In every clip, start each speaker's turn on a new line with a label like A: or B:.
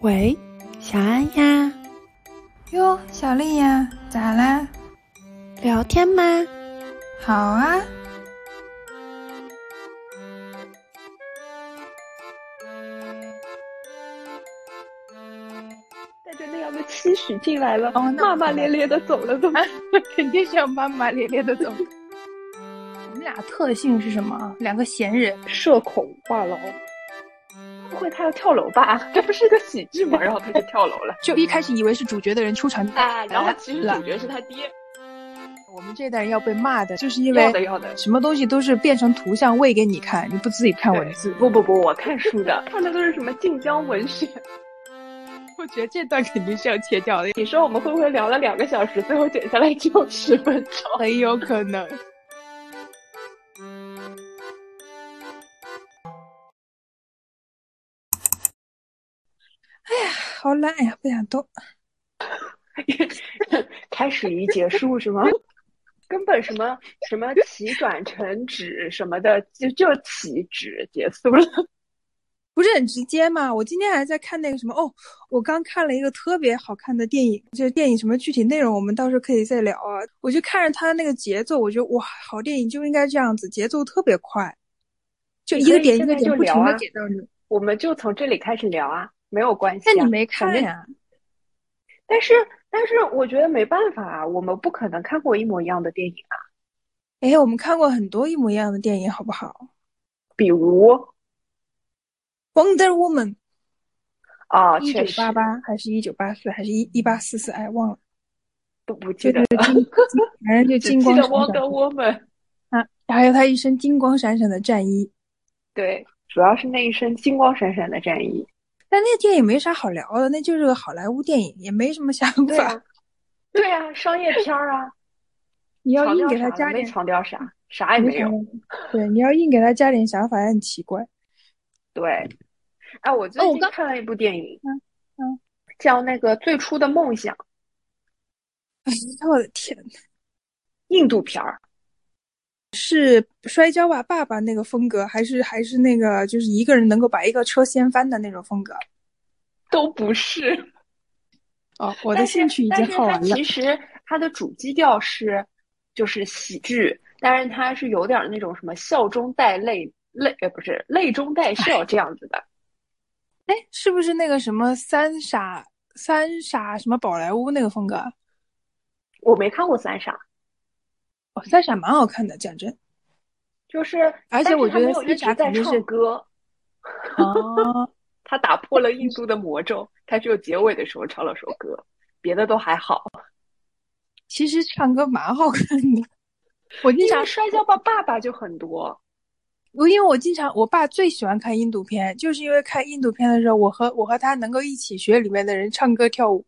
A: 喂，小安呀，
B: 哟，小丽呀，咋啦？
A: 聊天吗？
B: 好啊，
C: 带着那样的期许进来了，
B: 哦那我
C: 骂骂咧咧的走了，怎么？
D: 肯定是要骂骂咧咧的 走。我们俩特性是什么？两个闲人。
C: 社恐话痨。不会他要跳楼吧？ 这不是个喜剧吗？然后他就跳 楼了
D: 就一开始以为是主角的人出场
C: 啊！然 后其实主角是他爹，
D: 我们这代人要被骂的，就是因
C: 要的
D: 为
C: 要的。
D: 什么东西都是变成图像喂给你看，你不自己看文字。
C: 不不不，我看书的，看的都是什么晋江文学。
D: 我觉得这段肯定是要切掉的，
C: 你说我们会不会聊了两个小时，最后剪下来只有十分钟？
D: 很有可能。好懒哎呀，不想动。
C: 开始与结束是吗？根本什么什么起转成止什么的，就就起止结束了。
D: 不是很直接嘛？我今天还在看那个什么哦，我刚看了一个特别好看的电影，这电影什么具体内容我们到时候可以再聊啊。我就看着它那个节奏，我觉得哇，好电影就应该这样子，节奏特别快，就一个点一个点不停
C: 啊
D: 的给到你。
C: 我们就从这里开始聊啊，没有关系、啊。
D: 但你没看
C: 反正
D: 呀、
C: 但是但是我觉得没办法啊，我们不可能看过一模一样的电影啊。
D: 哎，我们看过很多一模一样的电影，好不好
C: 比如
D: ？Wonder Woman，
C: 啊，
D: 一
C: 确
D: 九
C: 实
D: 八八还是一九八四还是一一八四四？哎，忘了，
C: 不不
D: 就
C: 记得
D: 那
C: 了，
D: 个 金，反正就
C: 只
D: 金
C: 记
D: 光
C: 得
D: 闪闪
C: Wonder Woman。
D: 啊，还有他一身金光闪闪的战衣。
C: 对，主要是那一身金光闪闪的战衣。
D: 但那电影没啥好聊的，那就是个好莱坞电影，也没什么想
C: 对
D: 法。
C: 啊，对啊，商业片儿啊，
D: 你要
C: 强
D: 硬
C: 调
D: 给
C: 啥
D: 它
C: 呢
D: 加
C: 没
D: 点，
C: 强调啥，啥也没有。
D: 对，你要硬给它加点想法也很奇 怪。
C: 对，哎，我最
D: 哦我
C: 近
D: 刚
C: 看了一部电影，
D: 嗯嗯
C: 叫那个《最初的梦想》，
D: 我的天，
C: 印度片儿。
D: 是摔跤吧爸爸那个风格，还是还是那个就是一个人能够把一个车掀翻的那种风格？
C: 都不是，
D: 哦，我
C: 我
D: 的兴趣已经耗完了
C: 其。实它的主基调是就是喜剧，但是它是有点儿那种什么笑中带泪，泪呃不是泪中带笑这样子的。
D: 哎，是不是那个什么三傻三傻什么宝莱坞那个风格？啊
C: 我没看过《三傻》，
D: 哦，三傻蛮好看的，讲真。
C: 就是，
D: 而且
C: 但是
D: 我
C: 他
D: 觉得
C: 没有一
D: 三
C: 直
D: 傻
C: 在
D: 肯定
C: 唱
D: 是
C: 歌，
D: 哦，
C: 他打破了印度的魔咒，他只有结尾的时候唱了首歌，别的都还好。
D: 其实唱歌蛮好看的。 我经
C: 因
D: 常
C: 为摔跤吧爸爸就很多，
D: 我因为我经常，我爸最喜欢看印度片，就是因为看印度片的时候，我和我和他能够一起学里面的人唱歌跳舞，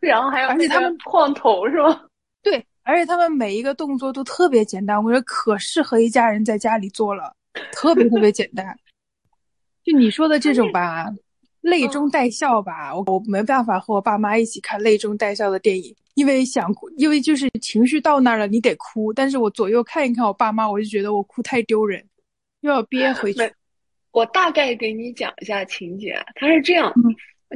C: 然后还有
D: 而且
C: 那
D: 他
C: 个
D: 们
C: 晃头是吗？
D: 对，而且他们每一个动作都特别简单，我觉得可适合一家人在家里做了，特别特别简单。 就你说的这种吧，泪中带笑吧，我我没办法和我爸妈一起看泪中带笑的电影，因为想哭，因为就是情绪到那儿了，你得哭，但是我左右看一看我爸妈，我就觉得我哭太丢人，又要憋回去
C: 没。我大概给你讲一下情节啊，它是这样，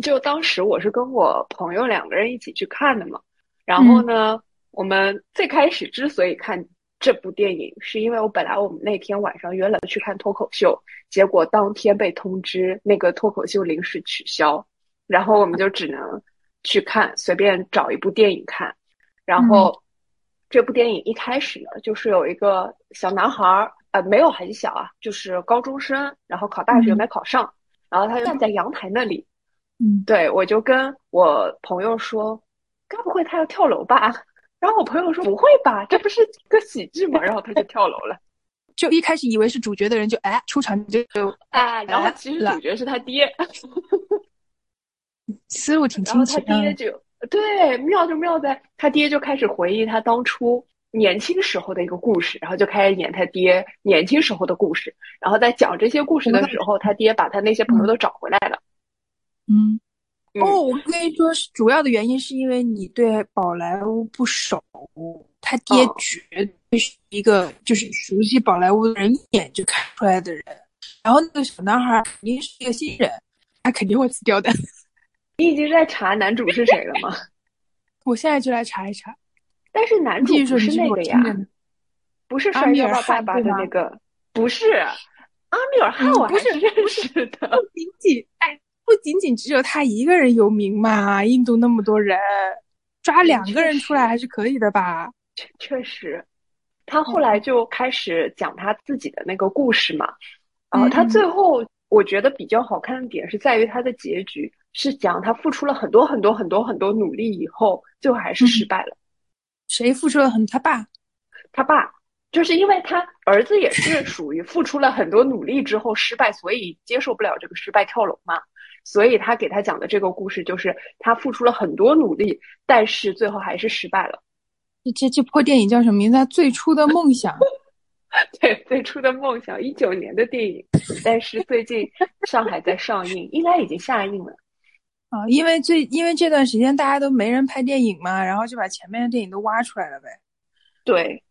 C: 就当时我是跟我朋友两个人一起去看的嘛，然后呢，我们最开始之所以看这部电影，是因为我本来我们那天晚上约了去看脱口秀，结果当天被通知那个脱口秀临时取消，然后我们就只能去看，随便找一部电影看，然后。这部电影一开始呢，就是有一个小男孩儿，呃，没有很小啊，就是高中生，然后考大学
D: 嗯
C: 没考上，然后他就站在阳台那里，
D: 嗯，
C: 对我就跟我朋友说，该不会他要跳楼吧？ 然后我朋友说不会吧，这不是个喜剧吗？然后他就跳楼了
D: 就一开始以为是主角的人就哎出场就就
C: 啊。然后其实主角是他爹，
D: 思路挺
C: 然后
D: 清啊
C: 他
D: 晰
C: 爹
D: 的。
C: 就对妙就妙在他爹就开始回忆他当初年轻时候的一个故事，然后就开始演他爹年轻时候的故事，然后在讲这些故事的时候，他爹把他那些朋友都找回来了。
D: 嗯，
C: 嗯
D: 哦，我跟你说，是主要的原因是因为你对宝莱坞不熟，他爹
C: 哦
D: 绝对是一个就是熟悉宝莱坞的人，一眼就看出来的人。然后那个小男孩肯定是一个新人，他肯定会死掉的。
C: 你已经在查男主是谁了吗？
D: 我现在就来查一查。
C: 但是男主
D: 继续说，
C: 不
D: 你继
C: 是
D: 续
C: 那
D: 我
C: 个
D: 听
C: 呀，
D: 着呢。
C: 不是
D: 阿
C: 摔
D: 米
C: 跤
D: 尔
C: 吧爸
D: 汗
C: 爸
D: 对
C: 的
D: 吗
C: 那个，不是阿米尔汗，
D: 嗯
C: 我
D: 不
C: 还
D: 是
C: 是认识的。
D: 不仅仅哎，不仅仅只有他一个人有名嘛，印度那么多人，抓
C: 嗯
D: 两
C: 确
D: 个人出来
C: 实
D: 还是可以的吧？
C: 确确实，他
D: 嗯
C: 后来就开始讲他自己的那个故事嘛。啊，
D: 嗯
C: 他
D: 嗯
C: 最后我觉得比较好看的点是在于他的结局是讲他付出了很多很多很多很多努力以后，最后还是
D: 嗯
C: 失败了。
D: 谁付出了很他爸？
C: 他爸就是因为他儿子也 是属于付出了很多努力之后失败，所以接受不了这个失败跳楼嘛。所以他给他讲的这个故事就是他付出了很多努力，但是最后还是失败了。
D: 这这这破电影叫什么名字啊？最初的梦想。
C: 对，最初的梦想，一九年的电影，但是最近上海在上映，应该已经下映了。
D: 啊，因为最因为这段时间大家都没人拍电影嘛，然后就把前面的电影都挖出来了呗。
C: 对，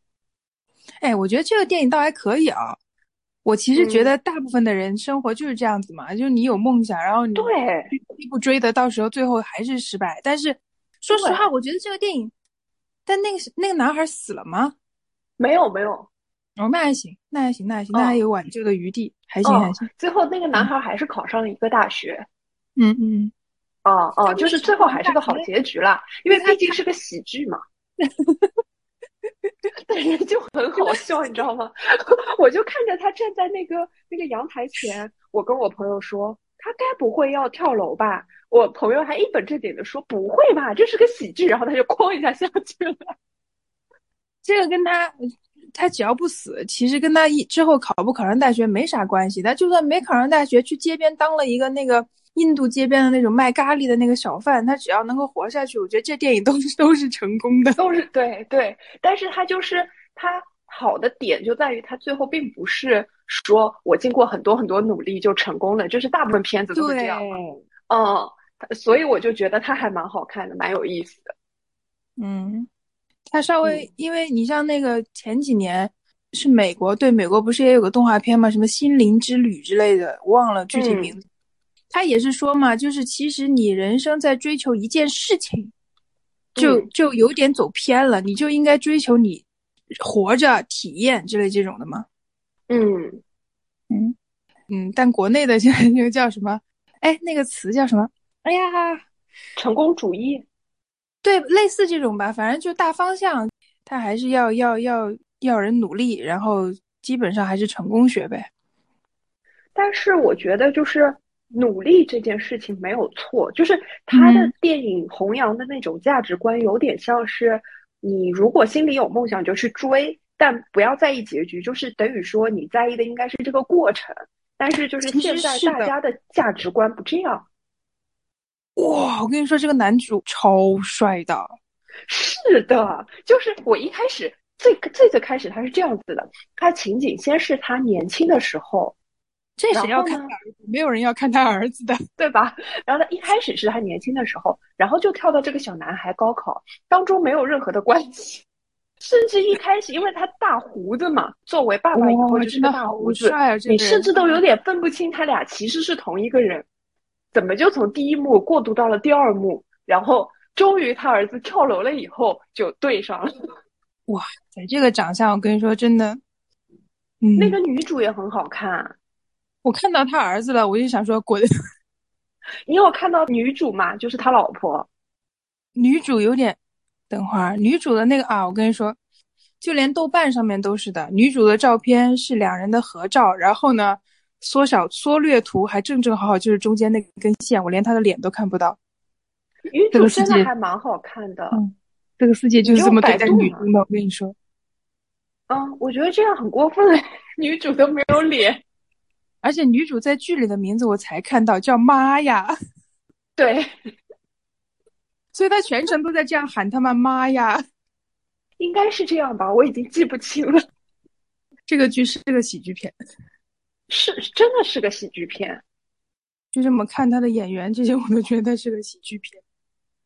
D: 哎，我觉得这个电影倒还可以啊。我其实觉
C: 嗯
D: 得大部分的人生活就是这样子嘛，就是你有梦想，然后你
C: 对，
D: 一不追的，到时候最后还是失败。但是说实
C: 对
D: 话，我觉得这个电影，但那个是那个男孩死了吗？
C: 没有没有，
D: 哦，那还行，那还行，那还行，那还
C: 哦
D: 有挽救的余地，还行
C: 哦
D: 还行。
C: 最后那个男孩还是考上了一个大学。
D: 嗯嗯，
C: 哦
D: 他
C: 哦，
D: 为
C: 就是
D: 什
C: 最
D: 么
C: 后
D: 上
C: 还是个
D: 大
C: 好
D: 学
C: 结局啦，因为
D: 那他
C: 毕竟是个喜剧 嘛。但是就很好笑，你知道吗？ 我就看着他站在那个那个阳台前，我跟我朋友说，他该不会要跳楼吧？我朋友还一本正经的说不会吧，这是个喜剧，然后他就哐一下下去了。
D: 这个跟他他只要不死，其实跟他一之后考不考上大学没啥关系。他就算没考上大学，去街边当了一个那个印度街边的那种卖咖喱的那个小贩，他只要能够活下去，我觉得这电影都 是都是成功的。
C: 都是对对，但是他就是他好的点就在于他最后并不是说我经过很多很多努力就成功了，就是大部分片子都是这样。嗯，所以我就觉得他还蛮好看的，蛮有意思的。
D: 嗯，他稍微
C: 嗯，
D: 因为你像那个前几年是美国，对，美国不是也有个动画片嘛，什么《心灵之旅》之类的，忘了具体名字。他也是说嘛，就是其实你人生在追求一件事情，就
C: 嗯
D: 就有点走偏了，你就应该追求你活着体验之类这种的嘛。
C: 嗯，
D: 嗯，但国内的现 在那个叫什么？哎，那个词叫什么？哎呀，
C: 成功主义，
D: 对，类似这种吧，反正就大方向，他还是要要要要人努力，然后基本上还是成功学呗。
C: 但是我觉得就是努力这件事情没有错，就是他的
D: 嗯
C: 电影弘扬的那种价值观，有点像是你如果心里有梦想就去追，但不要在意结局，就是等于说你在意的应该是这个过程。但是就是
D: 其
C: 现
D: 实
C: 在
D: 是
C: 大
D: 的
C: 家的价值观不这样，
D: 哇，我跟你说，这个男主超帅的，
C: 是的，就是我一开始最最最开始他是这样子的，他情景先是他年轻的时候。
D: 这
C: 然
D: 谁要
C: 后
D: 看
C: 呢
D: 他儿子？没有人要看他儿子 的。
C: 对吧？然后他一开始是他年轻的时候，然后就跳到这个小男孩高考当中没有任何的关系，甚至一开始因为他大胡子嘛，作为爸爸以后
D: 哇，
C: 就是
D: 真
C: 个
D: 的
C: 大
D: 好
C: 胡子，
D: 帅啊！这
C: 你
D: 个
C: 甚
D: 人
C: 至都有点分不清他俩其实是同一个人，怎么就从第一幕过渡到了第二幕，然后终于他儿子跳楼了以后就对上了。
D: 在这个长相，我跟你说，真的，嗯，
C: 那个女主也很好看，啊
D: 我看到他儿子了，我就想说，滚。
C: 你有看到女主吗？就是他老婆。
D: 女主有点，等会儿女主的那个啊，我跟你说，就连豆瓣上面都是的，女主的照片是两人的合照，然后呢，缩小缩略图还正正好好就是中间那根线，我连她的脸都看不到。
C: 女
D: 这
C: 主
D: 个世
C: 真的
D: 界
C: 还蛮好看的，
D: 嗯这个世界就是这么对待
C: 你用百度
D: 女生的，
C: 吗
D: 我跟你说，
C: 嗯，我觉得这样很过分， 女主都没有脸。
D: 而且女主在剧里的名字我才看到叫妈呀，
C: 对，
D: 所以她全程都在这样喊他们妈呀。
C: 应该是这样吧，我已经记不清了。
D: 这个剧是个喜剧片，
C: 是，真的是个喜剧片。
D: 就这么看她的演员这些，我都觉得是个喜剧片。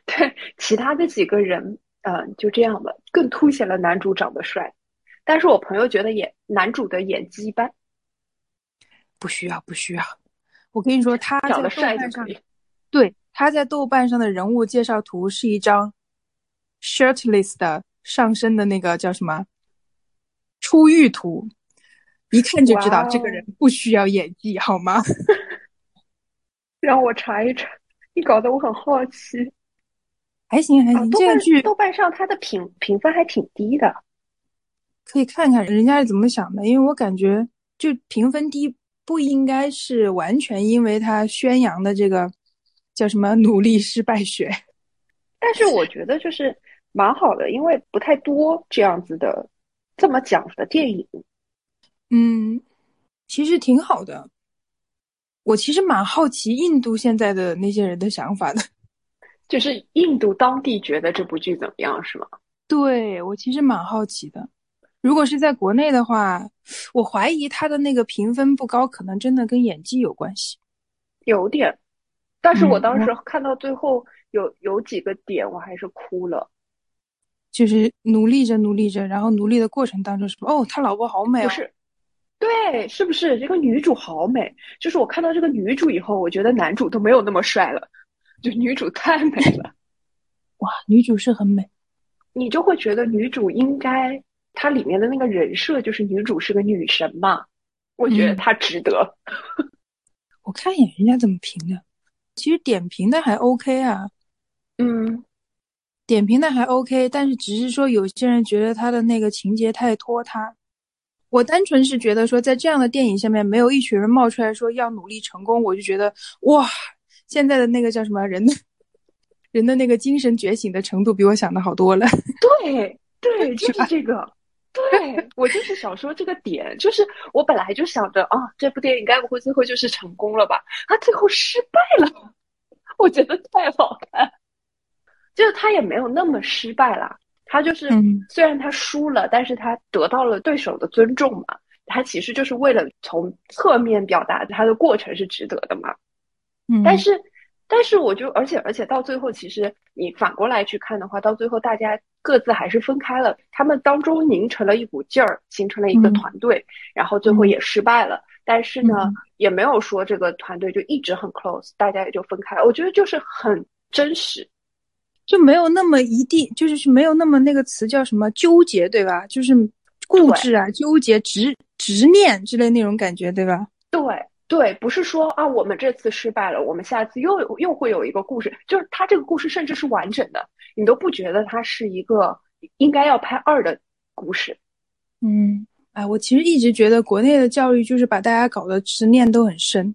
C: 对，其他的几个人，嗯，就这样吧，更凸显了男主长得帅。但是我朋友觉得演男主的演技一般，
D: 不需要，不需要。我跟你说，他在
C: 长
D: 豆
C: 得帅就
D: 瓣上
C: 可以。
D: 对，他在豆瓣上的人物介绍图是一张 shirtless 的上身的那个叫什么出狱图，一看就知
C: 哇
D: 道
C: 哦
D: 这个人不需要演技，好吗？
C: 让我查一查，你搞得我很好奇
D: 还行还
C: 啊！
D: 行，嗯
C: 豆
D: 这个
C: 瓣
D: 剧
C: 豆瓣上它的评评分还挺低的，
D: 可以看看人家是怎么想的，因为我感觉就评分低不应该是完全因为他宣扬的这个叫什么努力失败学。
C: 但是我觉得就是蛮好的，因为不太多这样子的这么讲的电影。
D: 嗯，其实挺好的。我其实蛮好奇印度现在的那些人的想法的。
C: 就是印度当地觉得这部剧怎么样，是吗？
D: 对，我其实蛮好奇的。如果是在国内的话，我怀疑他的那个评分不高，可能真的跟演技有关系。
C: 有点，但是我
D: 嗯
C: 当时看到最后有有几个点，我还是哭了。
D: 就是努力着努力着，然后努力的过程当中，什么哦，他老婆好美
C: 不
D: 哦，
C: 是，对，是不是这个女主好美？就是我看到这个女主以后，我觉得男主都没有那么帅了，就女主太美了，
D: 哇，女主是很美。
C: 你就会觉得女主应该，她里面的那个人设就是女主是个女神嘛，我觉得
D: 嗯
C: 她值得。
D: 我看一眼人家怎么评的，其实点评的还 OK 啊，
C: 嗯，
D: 点评的还 OK，但是只是说有些人觉得他的那个情节太拖沓。我单纯是觉得说，在这样的电影下面，没有一群人冒出来说要努力成功，我就觉得哇，现在的那个叫什么人的， 人的那个精神觉醒的程度比我想的好多了。
C: 对对，就是这个。对，我就是想说这个点，就是我本来就想着啊，这部电影该不会最后就是成功了吧？他最后失败了， 我觉得太好看。就是他也没有那么失败啦，他就是
D: 嗯
C: 虽然他输了，但是他得到了对手的尊重嘛。他其实就是为了从侧面表达他的过程是值得的嘛。
D: 嗯
C: 但是，但是我就，而且而且到最后，其实你反过来去看的话，到最后大家各自还是分开了，他们当中凝成了一股劲儿，形成了一个
D: 嗯
C: 团队，然后最后
D: 嗯
C: 也失败了。但是呢，
D: 嗯
C: 也没有说这个团队就一直很 close，大家也就分开了。我觉得就是很真实，
D: 就没有那么一定，就是没有那么那个词叫什么纠结，对吧？就是固执啊、纠结、执执念之类那种感觉，对吧？
C: 对。对，不是说啊，我们这次失败了，我们下次又有又会有一个故事，就是它这个故事甚至是完整的，你都不觉得它是一个应该要拍二的故事。
D: 嗯，哎，我其实一直觉得国内的教育就是把大家搞得执念都很深。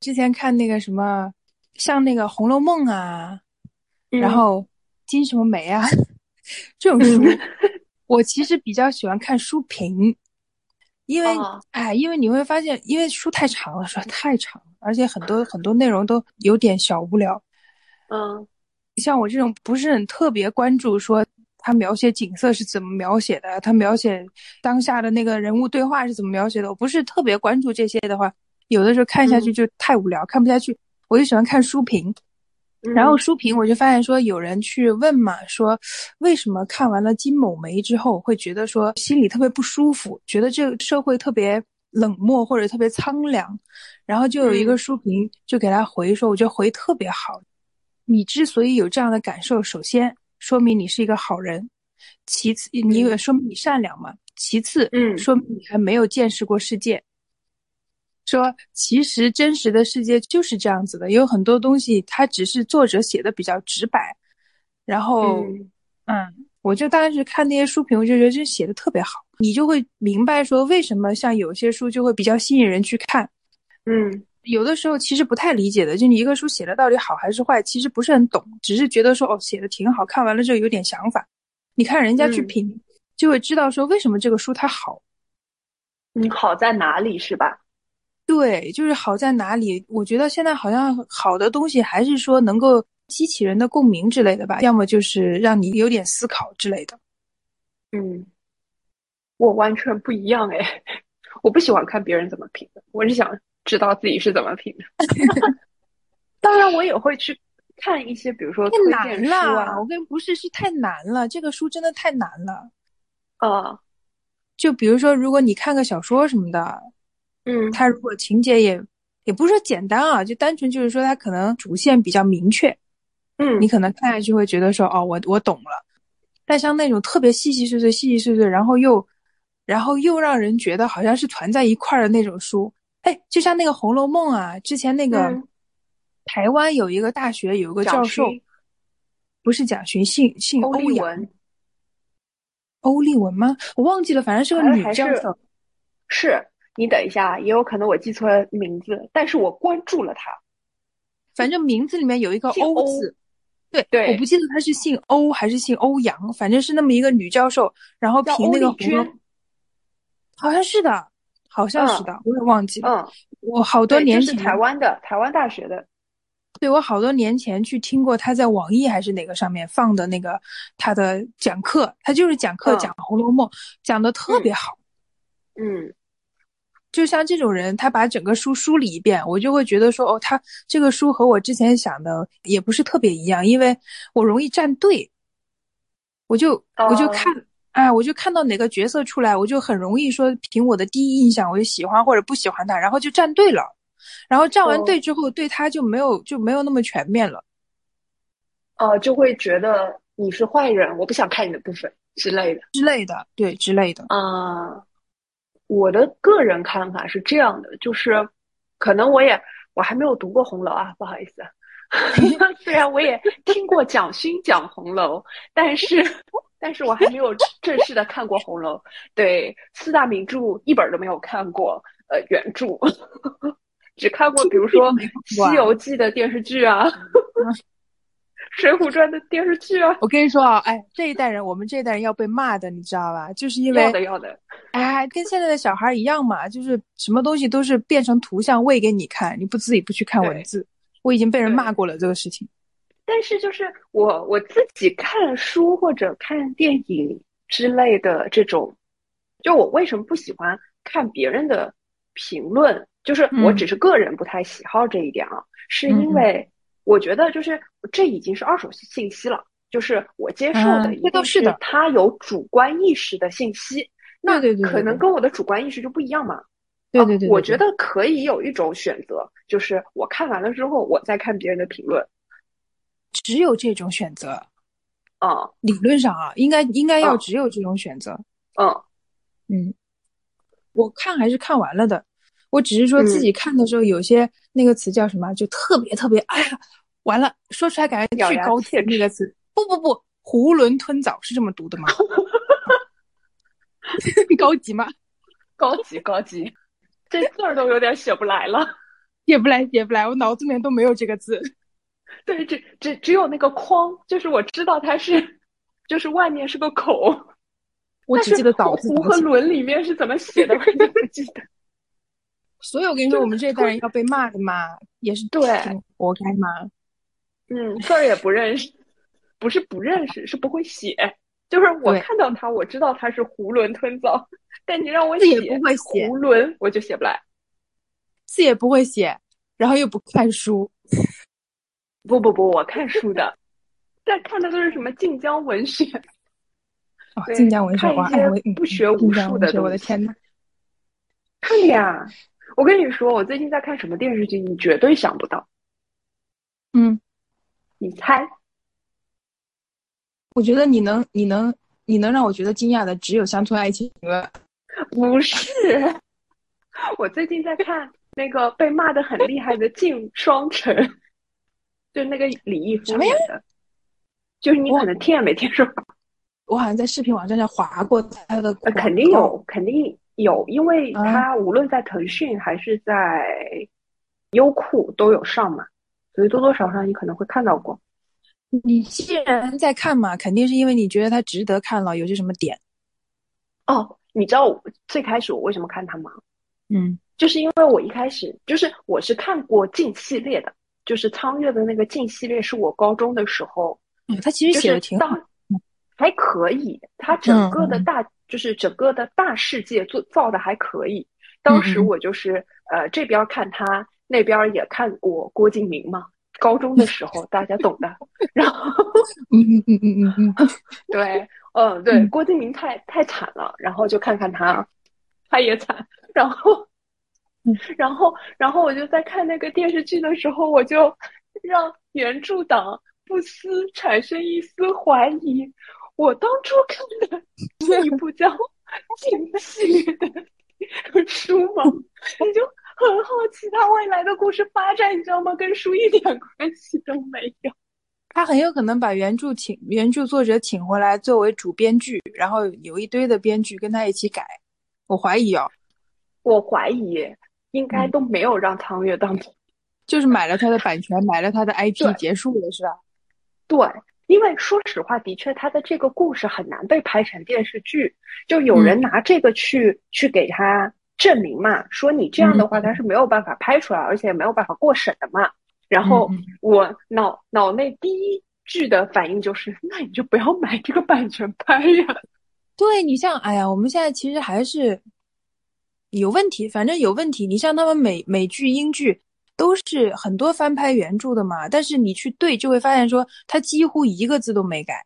D: 之前看那个什么，像那个《红楼梦》啊，
C: 嗯
D: 然后《金什么梅》啊， 这种书，我其实比较喜欢看书评，因为、
C: 哦
D: 哎，因为你会发现，因为书太长了，说太长了，而且很多很多内容都有点小无聊。
C: 嗯，
D: 像我这种不是很特别关注说他描写景色是怎么描写的，他描写当下的那个人物对话是怎么描写的，我不是特别关注这些的话，有的时候看下去
C: 嗯
D: 就太无聊，看不下去，我就喜欢看书评。
C: 嗯
D: 然后书评我就发现说有人去问嘛，说为什么看完了金某梅之后会觉得说心里特别不舒服，觉得这个社会特别冷漠或者特别苍凉，然后就有一
C: 嗯
D: 个书评就给他回说，我觉得回特别好。你之所以有这样的感受，首先说明你是一个好人，其次你
C: 嗯
D: 说明你善良嘛，其次
C: 嗯
D: 说明你还没有见识过世界。说其实真实的世界就是这样子的，有很多东西它只是作者写的比较直白，然后
C: 嗯
D: 嗯，我就当时看那些书评，我就觉得这写的特别好，你就会明白说为什么像有些书就会比较吸引人去看，
C: 嗯
D: 有的时候其实不太理解的，就你一个书写的到底好还是坏，其实不是很懂，只是觉得说哦写的挺好，看完了之后有点想法。你看人家去
C: 嗯
D: 评，就会知道说为什么这个书它好，
C: 嗯，好在哪里是吧？
D: 对，就是好在哪里。我觉得现在好像好的东西还是说能够激起人的共鸣之类的吧，要么就是让你有点思考之类的。
C: 嗯，我完全不一样哎， 我不喜欢看别人怎么评的，我是想知道自己是怎么评的。 当然，我也会去看一些，比如说推
D: 太
C: 荐
D: 难
C: 书啊
D: 了，，我跟不是是太难了，这个书真的太难了。
C: 啊，
D: 就比如说，如果你看个小说什么的，
C: 嗯
D: 它如果情节也也不是说简单啊，就单纯就是说它可能主线比较明确，
C: 嗯
D: 你可能看下去会觉得说哦，我我懂了。但像那种特别细细碎碎、细细碎碎，然后又然后又让人觉得好像是团在一块儿的那种书，哎，就像那个《红楼梦》啊，之前那个、
C: 嗯
D: 台湾有一个大学有一个
C: 蒋
D: 教授，
C: 勋
D: 不是蒋勋，姓姓
C: 欧丽
D: 阳
C: 文
D: 欧丽文吗？我忘记了，反正是个
C: 好像
D: 女
C: 还
D: 教
C: 是
D: 授。
C: 是你等一下，也有可能我记错了名字，但是我关注了他。
D: 反正名字里面有一个
C: 姓欧
D: 字，对，
C: 对
D: 我不记得她是姓欧还是姓欧阳，反正是那么一个女教授，然后
C: 叫
D: 评
C: 欧
D: 那个
C: 丽
D: 红楼
C: 娟，
D: 好像是的，好像是的，我也忘记了。
C: 嗯，
D: 我好多
C: 对，
D: 年
C: 这
D: 前，
C: 是台湾的，台湾大学的，
D: 对我好多年前去听过他在网易还是哪个上面放的那个他的讲课，他就是讲课
C: 嗯
D: 讲《红楼梦》，讲的特别好。
C: 嗯
D: 就像这种人，他把整个书梳理一遍，我就会觉得说，哦，他这个书和我之前想的也不是特别一样，因为我容易站队，我就我就
C: 哦
D: 看，哎，我就看到哪个角色出来，我就很容易说凭我的第一印象，我就喜欢或者不喜欢他，然后就站队了，然后站完
C: 哦
D: 队之后，对他就没有就没有那么全面了。
C: 呃，就会觉得你是坏人，我不想看你的部分之类的。
D: 之类的，对之类的，
C: 啊、我的个人看法是这样的，就是可能我也我还没有读过《红楼》啊，不好意思。 虽然我也听过蒋勋讲《红楼》，但是但是我还没有正式的看过《红楼》，对四大名著一本都没有看过，呃，原著 只看过，比如说《
D: 过啊
C: 西游记》的电视剧啊， 《水浒传》的电视剧啊，
D: 我跟你说啊，哎，这一代人，我们这一代人要被骂的，你知道吧？就是因
C: 要
D: 为
C: 的要的，
D: 哎，跟现在的小孩一样嘛，就是什么东西都是变成图像喂给你看，你不自己不去看文
C: 对
D: 字。我已经被人
C: 对
D: 骂过了这个事情。
C: 但是就是我我自己看书或者看电影之类的这种，就我为什么不喜欢看别人的评论？就是我
D: 嗯
C: 只是个人不太喜好这一点啊，是
D: 嗯
C: 因
D: 嗯
C: 为我觉得就是这已经是二手信息了，就是我接受的
D: 嗯
C: 一
D: 这都
C: 定
D: 是的
C: 他有主观意识的信息，那
D: 对对对
C: 可
D: 对
C: 能
D: 对
C: 跟我的主观意识就不一样嘛。
D: 对
C: 啊
D: 对对，
C: 我
D: 对
C: 觉得可以有一种选择，就是我看完了之后，我再看别人的评论
D: 只有这种选择，
C: 啊。
D: 理论上啊，应该应该要
C: 嗯
D: 只有这种选择。
C: 嗯
D: 嗯，我看还是看完了的，我只是说
C: 嗯
D: 自己看的时候有些那个词叫什么，啊就特别特别，哎呀，完了，说出来感觉
C: 咬
D: 巨
C: 牙
D: 高
C: 切
D: 级那个词，不不不，囫囵吞枣是这么读的 吗？ 高级吗？
C: 高级高级，这字儿都有点写不来了。
D: 写不来，写不来，我脑子里面都没有这个字。
C: 对，只只只有那个框，就是我知道它是，就是外面是个口，
D: 我
C: 但
D: 只
C: 是
D: 记得枣字怎
C: 胡
D: 么
C: 和
D: 写。
C: 伦里面是怎么写的，我就不记得。
D: 所以我跟你说，我们这一代人要被骂的嘛，也是
C: 对
D: 挺活该嘛。
C: 嗯，字儿也不认识，不是不认识，是不会写。就是我
D: 对
C: 看到它，我知道它是囫囵吞枣，但你让我
D: 字也
C: 写
D: 不会写
C: 囫囵，我就写不来。
D: 字也不会写，然后又不看书，
C: 不不不，我看书的， 但看的都是什么晋江文学。
D: 哦，
C: 对
D: 晋江文学，
C: 看一
D: 哇，
C: 些
D: 哎，我嗯
C: 不学无
D: 晋江
C: 术
D: 文
C: 的
D: 学，我
C: 东
D: 的
C: 西
D: 天呐，
C: 看的呀，我跟你说，我最近在看什么电视剧，你绝对想不到。
D: 嗯，
C: 你猜？
D: 我觉得你能，你能，你能让我觉得惊讶的只有《乡村爱情了。
C: 不是， 我最近在看那个被骂的很厉害的《镜双城》， 就那个李易
D: 什
C: 峰
D: 么呀
C: 演的，就是你可能听也没听说过，
D: 我好像在视频网站上划过他的
C: 呃
D: 广告，
C: 肯定有，肯定有，因为
D: 哦啊
C: 它无论在腾讯还是在优酷都有上嘛，所以多多少少你可能会看到过。
D: 你既然在看嘛，肯定是因为你觉得它值得看了，有些什么点？
C: 哦，你知道我最开始我为什么看它吗？
D: 嗯，
C: 就是因为我一开始就是我是看过《镜》系列的，就是苍月的那个《镜》系列，是我高中的时候，
E: 嗯，他其实
C: 就
E: 写的
C: 是
E: 挺好
C: 当，还可以，他整个的
E: 嗯
C: 大、就是整个的大世界做造的还可以。当时
E: 嗯嗯
C: 我就是呃这边看他，那边也看我郭敬明嘛。高中的时候大家懂的，然后
E: 嗯嗯嗯嗯嗯嗯，
C: 对，嗯对，
E: 嗯
C: 郭敬明太太惨了，然后就看看他，他也惨，然后
E: 嗯，
C: 然后然后我就在看那个电视剧的时候，我就让原著党不思产生一丝怀疑，我当初看 的是一部叫《禁系列》的书 吗？我就很好奇他未来的故事发展，你知道吗？跟书一点关系都没有。
D: 他很有可能把原著请原著作者请回来作为主编剧，然后有一堆的编剧跟他一起改。我怀疑哦，
C: 我怀疑应该都没有让苍月当
D: 就是买了他的版权，买了他的 IP，
C: 对嗯
D: 结束了是吧？
C: 对，因为说实话，的确，他的这个故事很难被拍成电视剧，就有人拿这个去、去给他证明嘛，说你这样的话，他是没有办法拍出来，而且没有办法过审的嘛。然后
E: 嗯
C: 我脑脑内第一句的反应就是，那你就不要买这个版权拍呀。
D: 对你像，哎呀，我们现在其实还是有问题，反正有问题。你像他们美美剧、英剧都是很多翻拍原著的嘛，但是你去对就会发现说，他几乎一个字都没改。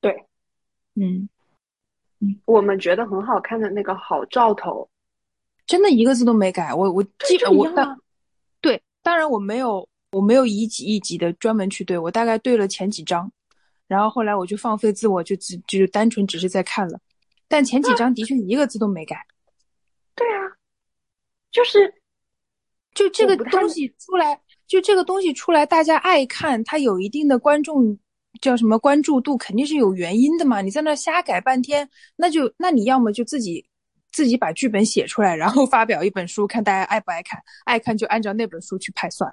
C: 对，
D: 嗯，
C: 我们觉得很好看的那个好兆头，
D: 真的一个字都没改。我我基
C: 就
D: 本
C: 一
D: 我
C: 样
D: 当
C: 啊。
D: 对，当然我没有我没有一集一集的专门去对，我大概对了前几章，然后后来我就放飞自我，就只就单纯只是在看了，但前几章的确一个字都没改。
C: 对啊，就是
D: 就这
C: 我
D: 个
C: 不太
D: 东
C: 能
D: 西出来，就这个东西出来，大家爱看，它有一定的观众叫什么关注度，肯定是有原因的嘛。你在那瞎改半天，那就那你要么就自己自己把剧本写出来，然后发表一本书，看大家爱不爱看，爱看就按照那本书去拍算。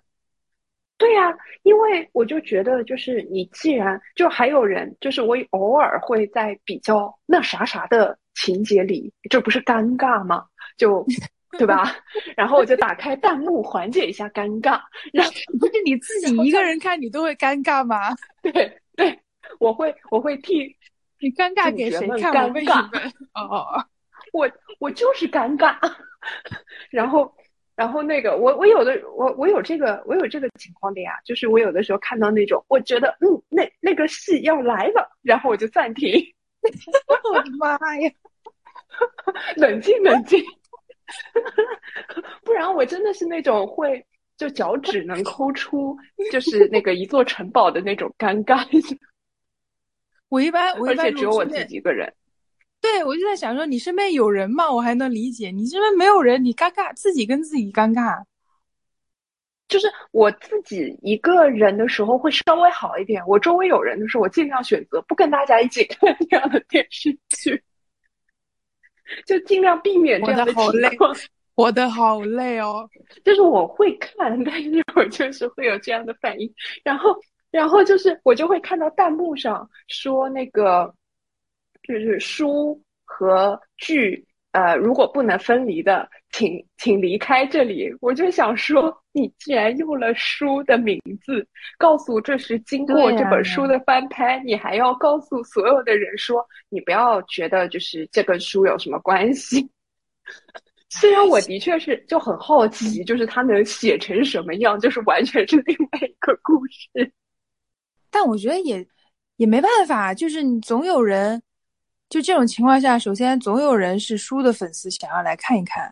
C: 对呀、因为我就觉得，就是你既然就还有人，就是我偶尔会在比较那啥啥的情节里，这不是尴尬吗？就对吧？ 然后我就打开弹幕缓解一下尴尬，然后
D: 不是你自己一个人看，你都会尴尬吗？
C: 对对，我会我会替
D: 你尴尬
C: 主
D: 给
C: 角
D: 谁
C: 们
D: 看？
C: 尴
D: 我问你
C: 尬
D: 们。哦哦哦，
C: 我我就是尴尬， 然后然后那个我我有的我我有这个我有这个情况的呀，就是我有的时候看到那种我觉得嗯那那个戏要来了，然后我就暂停，
D: 我的妈呀！
C: 冷静冷静， 不然我真的是那种会就脚趾能抠出就是那个一座城堡的那种尴尬，
D: 我一般我
C: 而
D: 一般
C: 且只有
D: 录
C: 我
D: 视频
C: 自己一个人。
D: 对，我就在想说，你身边有人吗？我还能理解，你身边没有人，你尴尬，自己跟自己尴尬。
C: 就是我自己一个人的时候会稍微好一点，我周围有人的时候，我尽量选择不跟大家一起 看这样的电视剧， 就尽量避免这样
D: 我的好
C: 情
D: 累
C: 况。
D: 活得好累哦，
C: 就是我会看，但是我就是会有这样的反应，然后，然后就是我就会看到弹幕上说那个，就是书和剧，呃，如果不能分离的，请请离开这里。我就想说，你既然用了书的名字，告诉这是经过
D: 对
C: 这本
D: 呀
C: 书的翻拍，你还要告诉所有的人说，你不要觉得就是这跟书有什么关系。虽 然我的确是就很好奇，就是他能写成什么样，就是完全是另外一个故事。
D: 但我觉得也也没办法，就是你总有人，就这种情况下，首先总有人是书的粉丝想要来看一看，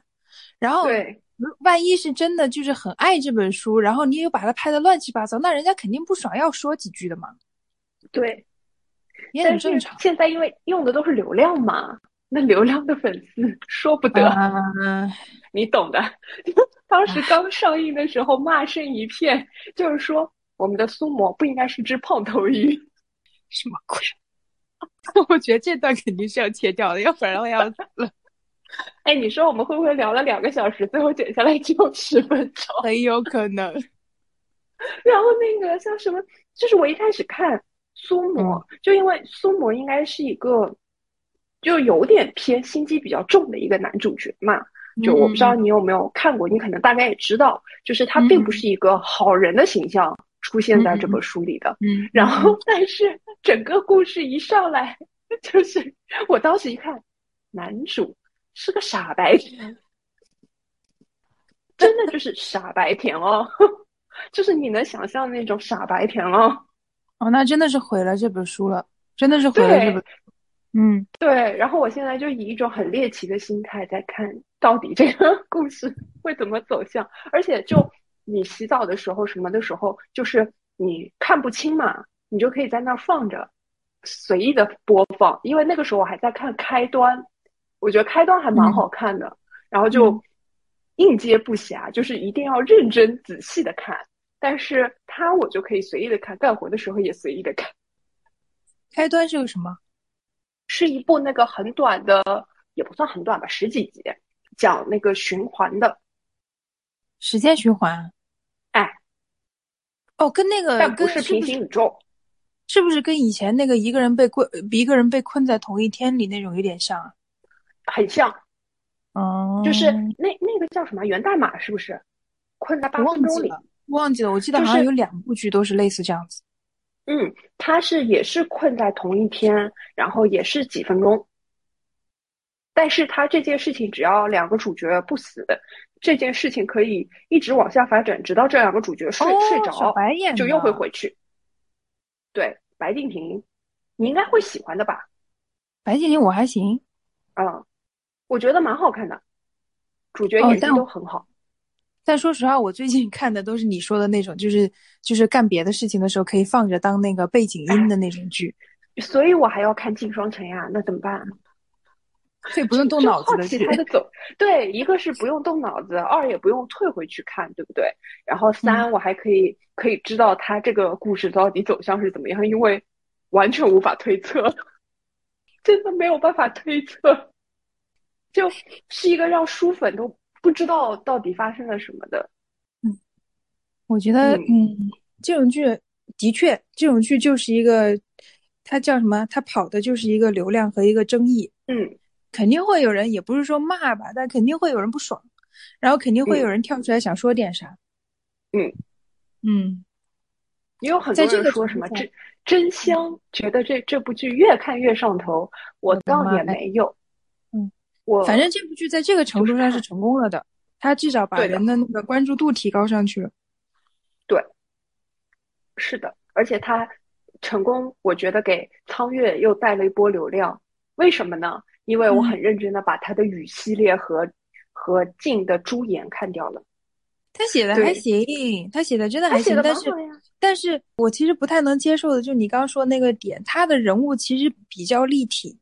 D: 然后
C: 对，
D: 如万一是真的就是很爱这本书，然后你又把它拍的乱七八糟，那人家肯定不爽，要说几句的嘛，
C: 对，
D: 也
C: 但
D: 很
C: 是
D: 正常。
C: 现在因为用的都是流量嘛，那流量的粉丝 说不得，
D: 啊，
C: 你懂的。 当时刚上映的时候骂声一片，就是说我们的苏魔不应该是只胖头鱼。
D: 什么鬼？ 我觉得这段肯定是要切掉的，要不然我 要死了。
C: 哎，你说我们会不会聊了两个小时，最后剪下来只有十分钟？
D: 很有可能。
C: 然后那个像什么，就是我一开始看苏魔，就因为苏魔应该是一个就有点偏心机比较重的一个男主角嘛，就我不知道你有没有看过，你可能大概也知道，就是他并不是一个好人的形象出现在这本书里的。
D: 嗯，
C: 然后，但是整个故事一上来， 就是我当时一看，男主是个傻白甜，真的就是傻白甜哦， 就是你能想象那种傻白甜哦。
D: 哦，那真的是毁了这本书了，真的是毁了这本
C: 对。
D: 嗯，
C: 对，然后我现在就以一种很猎奇的心态在看，到底这个 故事会怎么走向。而且，就你洗澡的时候什么的时候，就是你看不清嘛，你就可以在那儿放着，随意的播放。因为那个时候我还在看开端，我觉得开端还蛮好看的，然后就应接不暇，就是一定要认真仔细的看。但是它我就可以随意的看，干活的时候也随意的看。
D: 开端是个什么？
C: 是一部那个很短的，也不算很短吧，十几集，讲那个循环的。
D: 时间循环？
C: 哎，
D: 哦，跟那个
C: 但不
D: 跟
C: 是
D: 不
C: 平行宇宙，
D: 是不是跟以前那个一个人被困，一个人被困在同一天里那种有点像啊？
C: 很像，
D: 哦
C: 就是那那个叫什么源代码，是不是？困在八
D: 我
C: 分
D: 忘
C: 钟
D: 记
C: 里。
D: 了，忘记了，我记得
C: 就
D: 好像
C: 是
D: 有两部剧都是类似这样子。
C: 嗯，他是也是困在同一天，然后也是几分钟。但是他这件事情，只要两个主角不死，这件事情可以一直往下发展，直到这两个主角睡、
D: 哦
C: 睡着，
D: 小白演
C: 就又会
D: 的
C: 回去。对，白敬亭，你应该会喜欢的吧？
D: 白敬亭我还行，
C: 嗯，我觉得蛮好看的，主角
D: 哦
C: 演技
D: 但我
C: 都很好。
D: 但说实话，我最近看的都是你说的那种，就是就是干别的事情的时候可以放着当那个背景音的那种剧，
C: 所以我还要看《镜双城》呀，那怎么办？
D: 可以不用 动脑子
C: 就
D: 的
C: 好奇
D: 剧。
C: 他的走，对，一个是不用动脑子，二也不用退回去看，对不对？然
D: 嗯
C: 后三，我还可以可以知道他这个故事到底走向是怎么样，因为完全无法推测， 真的没有办法推测，就是一个让书粉都不知道到底发生了什么的。
D: 我觉得
C: 嗯
E: 嗯
D: 这种剧的确，这种剧就是一个，它叫什么？它跑的就是一个流量和一个争议，
C: 嗯，
D: 肯定会有人，也不是说骂吧，但肯定会有人不爽，然后肯定会有
C: 嗯
D: 人跳出来想说点啥。
C: 嗯
D: 嗯，
C: 也有很
D: 在
C: 多
D: 这
C: 人
D: 个
C: 说
D: 层
C: 什么
D: 面
C: 真真
D: 嗯
C: 香，觉得这这部剧越看越上头，我倒
D: 妈
C: 也
D: 哎
C: 没有。
D: 嗯，
C: 我
D: 反正这部剧在这个程度上是成功了的，它至少把
C: 对的
D: 人的那个关注度提高上去了。
C: 是的，而且他成功，我觉得给苍月又带了一波流量。为什么呢？因为我
D: 嗯
C: 很认真的把他的雨系列和和静的朱颜看掉了。
D: 他写的
C: 对
D: 还行，他写的真的
C: 他
D: 还
C: 写
D: 行，
C: 的
D: 但
C: 蛮
D: 是
C: 好呀。
D: 但是我其实不太能接受的，就你刚刚说那个点，他的人物其实比较立体，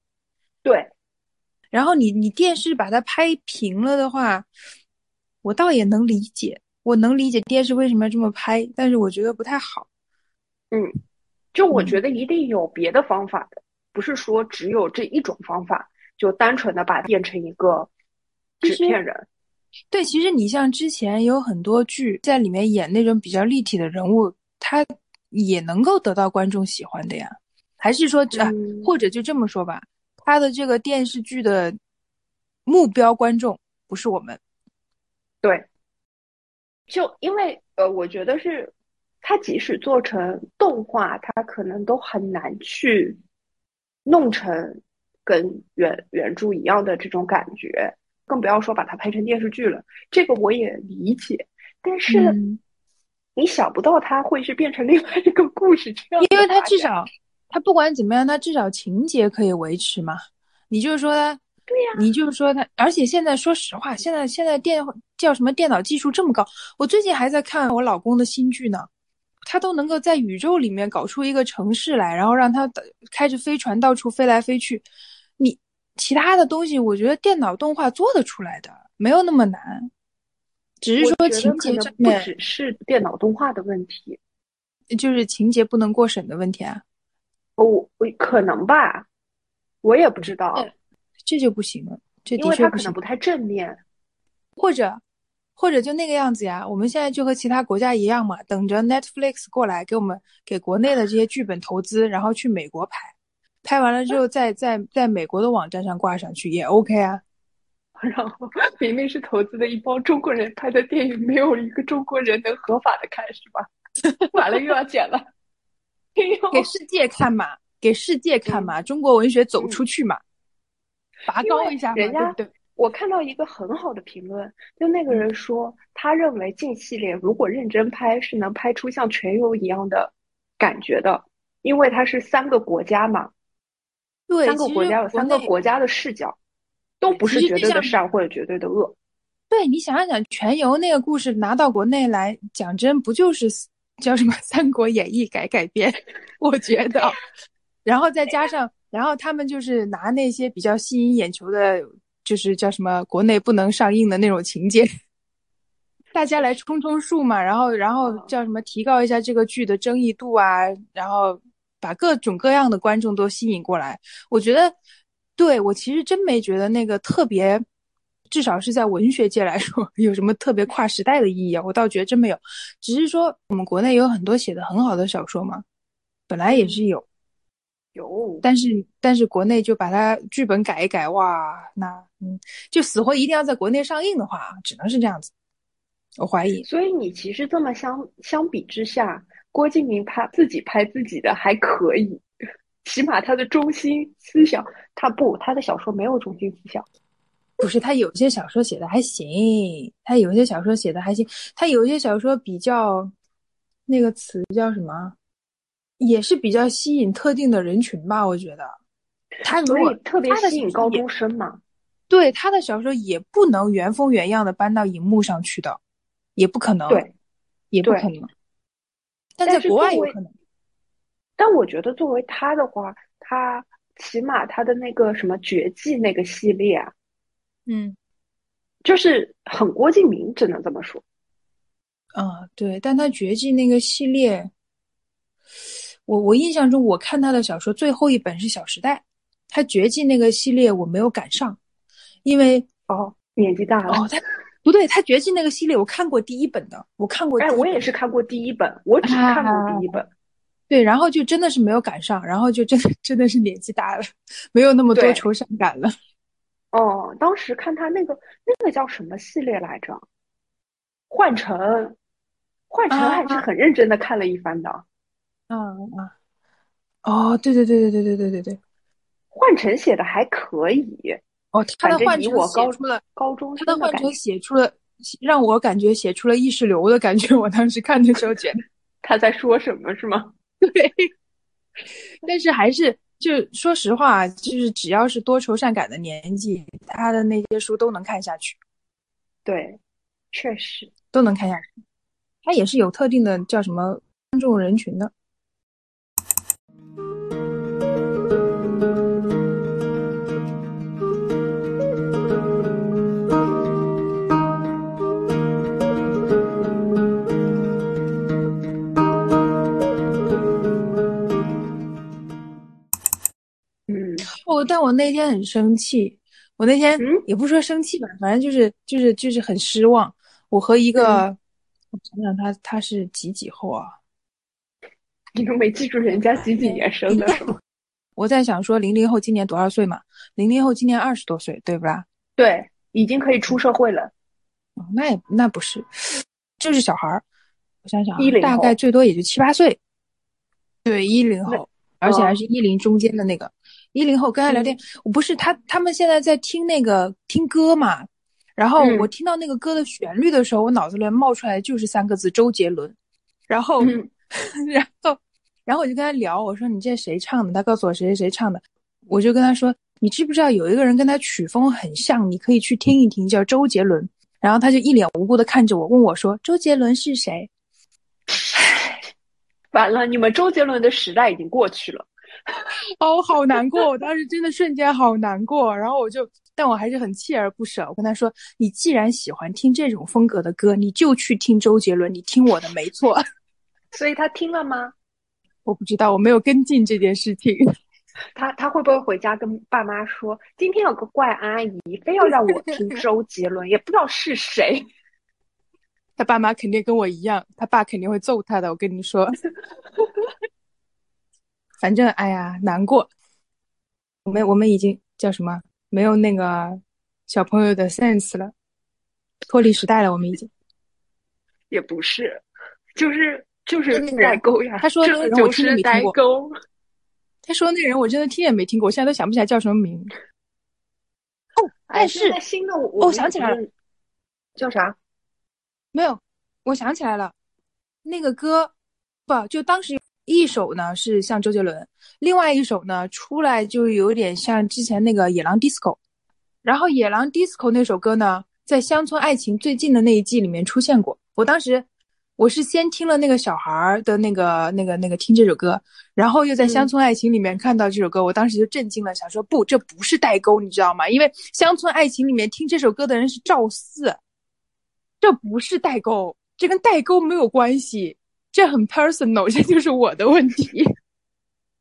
C: 对，
D: 然后你你电视把它拍平了的话，我倒也能理解，我能理解电视为什么要这么拍，但是我觉得不太好。
C: 嗯，就我
D: 嗯
C: 觉得一定有别的方法的，不是说只有这一种方法，就单纯的把它变成一个
D: 其
C: 纸
D: 实
C: 片人。
D: 对，其实你像之前有很多剧在里面演那种比较立体的人物，他也能够得到观众喜欢的呀。还是说，啊，
C: 嗯
D: 或者就这么说吧，他的这个电视剧的目标观众不是我们，
C: 对，就因为呃，我觉得是它即使做成动画，它可能都很难去弄成跟原原著一样的这种感觉，更不要说把它拍成电视剧了。这个我也理解，但是
D: 嗯
C: 你想不到它会是变成另外一个故事这样的发展，
D: 因为他至少他不管怎么样，他至少情节可以维持嘛。你就是说他，
C: 对呀
D: 你就是说他，而且现在说实话，现在现在电叫什么电脑技术这么高，我最近还在看我老公的新剧呢，他都能够在宇宙里面搞出一个城市来，然后让他的开着飞船到处飞来飞去。你其他的东西，我觉得电脑动画做得出来的，没有那么难，只是
C: 我
D: 说
C: 觉得
D: 情
C: 可
D: 节
C: 能
D: 上
C: 不
D: 面
C: 只是电脑动画的问题，
D: 就是情节不能过审的问题啊，
C: 我我可能吧，我也不知道，
D: 对这就不行了，这
C: 因
D: 呃的
C: 为
D: 确
C: 它
D: 不
C: 可
D: 行
C: 能。不太正面。
D: 或者或者就那个样子呀，我们现在就和其他国家一样嘛，等着 Netflix 过来给我们给国内的这些剧本投资，然后去美国拍，拍完了之后再在在美国的网站上挂上去也 OK 啊。
C: 然后 明明是投资的一帮中国人拍的电影，没有一个中国人能合法的看，是吧？ 完了又要剪了，哎 呦
D: 给世界看嘛，给世界看嘛，中国文学走出去嘛，拔高一下嘛，
C: 嗯因为人家
D: 对不对？
C: 我看到一个很好的评论，就那
D: 嗯
C: 个人说，他认为近系列如果认真拍，是能拍出像《全游》一样的感觉的，因为它是三个国家嘛，
D: 对，
C: 三个
D: 其
C: 国
D: 实
C: 家有三个
D: 内
C: 国家的视角，都不是
D: 其实
C: 绝
D: 就
C: 对的
D: 像
C: 善或者绝对的恶。
D: 对你想想，全游那个故事拿到国内来，讲真不就是 叫什么《三国演义》改改编？ 我觉得，然后再加上，然后他们就是拿那些比较吸引眼球的，就是叫什么国内不能上映的那种情节，大家来冲冲数嘛，然后然后
C: 嗯
D: 叫什么提高一下这个剧的争议度啊，然后把各种各样的观众都吸引过来。我觉得，对，我其实真没觉得那个特别，至少是在文学界来说 有什么特别跨时代的意义啊，我倒觉得真没有。只是说我们国内有很多写的很好的小说嘛，本来也是有，
C: 有，
D: 但是但是国内就把它剧本改一改，哇，那嗯，就死活一定要在国内上映的话，只能是这样子。我怀疑，
C: 所以你其实这么相相比之下，郭敬明拍自己拍自己的还可以，起码他的中心思想，他不，他的小说没有中心思想。
D: 不是，他有些小说写的还行，他有些小说写的还行，他有些小说比较那个词叫什么，也是比较吸引特定的人群吧，我觉得。他如
C: 所
D: 果
C: 以特别
D: 他的
C: 吸引
D: 小说
C: 高
D: 也
C: 中生嘛，
D: 对他的小说也不能原封原样的搬到荧幕上去的，也不可能，
C: 对，
D: 也不
C: 对
D: 可能。但
C: 但
D: 在
C: 是
D: 国外
C: 作
D: 有
C: 为
D: 可能，
C: 但我觉得作为他的话，他起码他的那个什么绝技那个系列啊，
D: 嗯
C: 就是很郭敬明，只能这么说。
D: 啊，对，但他绝技那个系列，我我印象中我看他的小说最后一本是《小时代》，他绝技那个系列我没有赶上，因为
C: 哦，年纪大了。
D: 哦，他不对，他绝技那个系列我看过第一本的，我看过
C: 哎，
D: 第一
C: 我也
D: 本
C: 是看过第一本，我只看过第一本。
D: 对，然后就真的是没有赶上，然后就真的真的是年纪大了，没有那么多
C: 对
D: 愁善感了。
C: 哦，当时看他那个那个叫什么系列来着，《幻城》，《幻城》还是
D: 啊
C: 很认真的看了一番的，
D: 啊啊！哦，对对对对对对对对对，
C: 幻城》写的还可以，
D: 哦，他
C: 反
D: 的
C: 正
D: 幻
C: 以
D: 城
C: 我
D: 写
C: 高
D: 出了，
C: 高中
D: 他
C: 生
D: 的
C: 的
D: 幻
C: 感
D: 城
C: 觉
D: 写出了，让我感觉写出了意识流的感觉。 我当时看的时候觉得，
C: 他在说什么是吗？
D: 对，但是还是就说实话，就是只要是多愁善感的年纪，他的那些书都能看下去，
C: 对，确实，
D: 都能看下去。他也是有特定的叫什么观众人群的。
C: 嗯，
D: 我、哦但我那天很生气，我那天
C: 嗯
D: 也不说生气吧，反正就是就是就是很失望。我和一个，我想想他他是几几后啊？
C: 你都没记住人家几几年 生的 是吗？
D: 我在想说零零后今年多少岁嘛？零零后今年二十多岁，对不啦？
C: 对，已经可以出社会了，
D: 哦，那也那不是，就是小孩儿。我想想啊
C: 10，
D: 大
C: 后
D: 概最多也就七八岁。对，一零后，而
C: 哦
D: 且还是一零中间的那个。一零后跟他聊
C: 嗯
D: 天，我不是他，他们现在在听那个听歌嘛，然后
C: 嗯
D: 我听到那个歌的旋律的时候，我脑子里面冒出来就是三个字周杰伦，然后，
C: 嗯
D: 然后，然后我就跟他聊，我说你这谁唱的？他告诉我谁谁谁唱的，我就跟他说，你知不知道有一个人跟他曲风很像，你可以去听一听，叫周杰伦。然后他就一脸无辜的看着我，问我说：“周杰伦是谁
C: 完了，你们周杰伦的时代已经过去了。？”
D: 哦，我好难过，我当时真的瞬间好难过。然后我就，但我还是很锲而不舍。我跟他说：“你既然喜欢听这种风格的歌，你就去听周杰伦，你听我的没错。
C: 所以他听了吗？”
D: 我不知道，我没有跟进这件事情。
C: 他他会不会回家跟爸妈说，今天有个怪阿姨非要让我 听周杰伦，也不知道是谁。
D: 他爸妈肯定跟我一样，他爸肯定会揍他的。我跟你说， 反正哎呀，难过。我们我们已经叫什么？没有那个小朋友的 sense 了，脱离时代了，我们已经。
C: 也不是，就是就是
D: 真的
C: 代沟呀。
D: 他说
C: 这
D: 那个人
C: 就
D: 我真的
C: 是
D: 没
C: 代
D: 听过
C: 沟。
D: 他说那人我真的听也没听过，我现在都想不起来叫什么名。
C: 哎
D: 但是
C: 现在新的我
D: 哦
C: 我
D: 想起来了，
C: 叫啥？
D: 没有，我想起来了，那个歌不就当时一首呢是像周杰伦，另外一首呢出来就有点像之前那个野狼 disco，然后野狼 disco 那首歌呢在《乡村爱情》最近的那一季里面出现过。我当时我是先听了那个小孩儿的那个那个那个听这首歌，然后又在《乡村爱情》里面看到这首歌，我当时就震惊了，想说不，这不是代沟，你知道吗？因为《乡村爱情》里面听这首歌的人是赵四。这不是代沟，这跟代沟没有关系，这很 personal，这就是我的问题。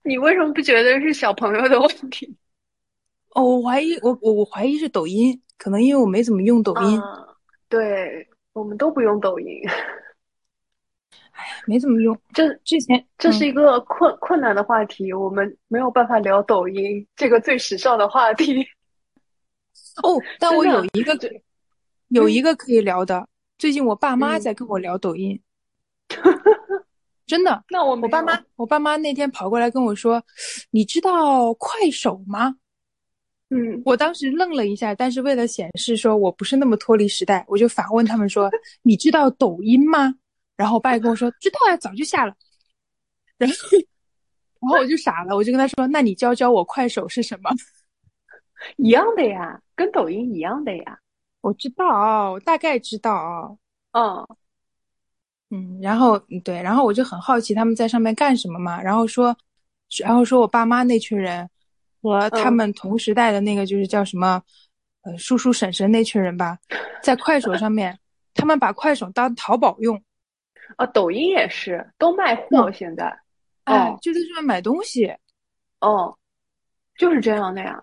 C: 你为什么不觉得是小朋友的问题？
D: 哦，我怀疑，我我我怀疑是抖音，可能因为我没怎么 用抖音，
C: 啊，对，我们都不用抖音，
D: 没怎么用。
C: 这
D: 之前嗯
C: 这是一个困困难的话题，我们没有办法聊抖音这个最时尚的话题。
D: 哦，但我
C: 真的啊嗯
D: 有一个可有一个可以聊的，最近我爸妈在跟我聊抖 音，真的，
C: 那我
D: 我
C: 们
D: 爸妈，我爸妈那天跑过来跟我说，你知道快手吗？
C: 嗯，
D: 我当时愣了一下，但是为了显示说我不是那么脱离时代，我就反问他们说：“你知道抖音吗？”然后我爸也跟我说：“知道啊，早就下了。”然后，然后我就傻了，我就跟他说：“那你教教我快手是什么
C: 一样的呀，跟抖音一样的呀。？”
D: 我知道，我大概知道。
C: 嗯，
D: 嗯，然后嗯对，然后我就很好奇他们在上面干什么嘛，然后说，然后说我爸妈那群人和他
C: 嗯
D: 们同时代的那个就是叫什么，呃，叔叔婶婶那群人吧，在快手上面，他们把快手当淘宝用，
C: 啊，抖音也是都卖
D: 嗯
C: 货，现在，
D: 哎
C: 哦，
D: 就在上面买东西，
C: 哦，就是这样的呀。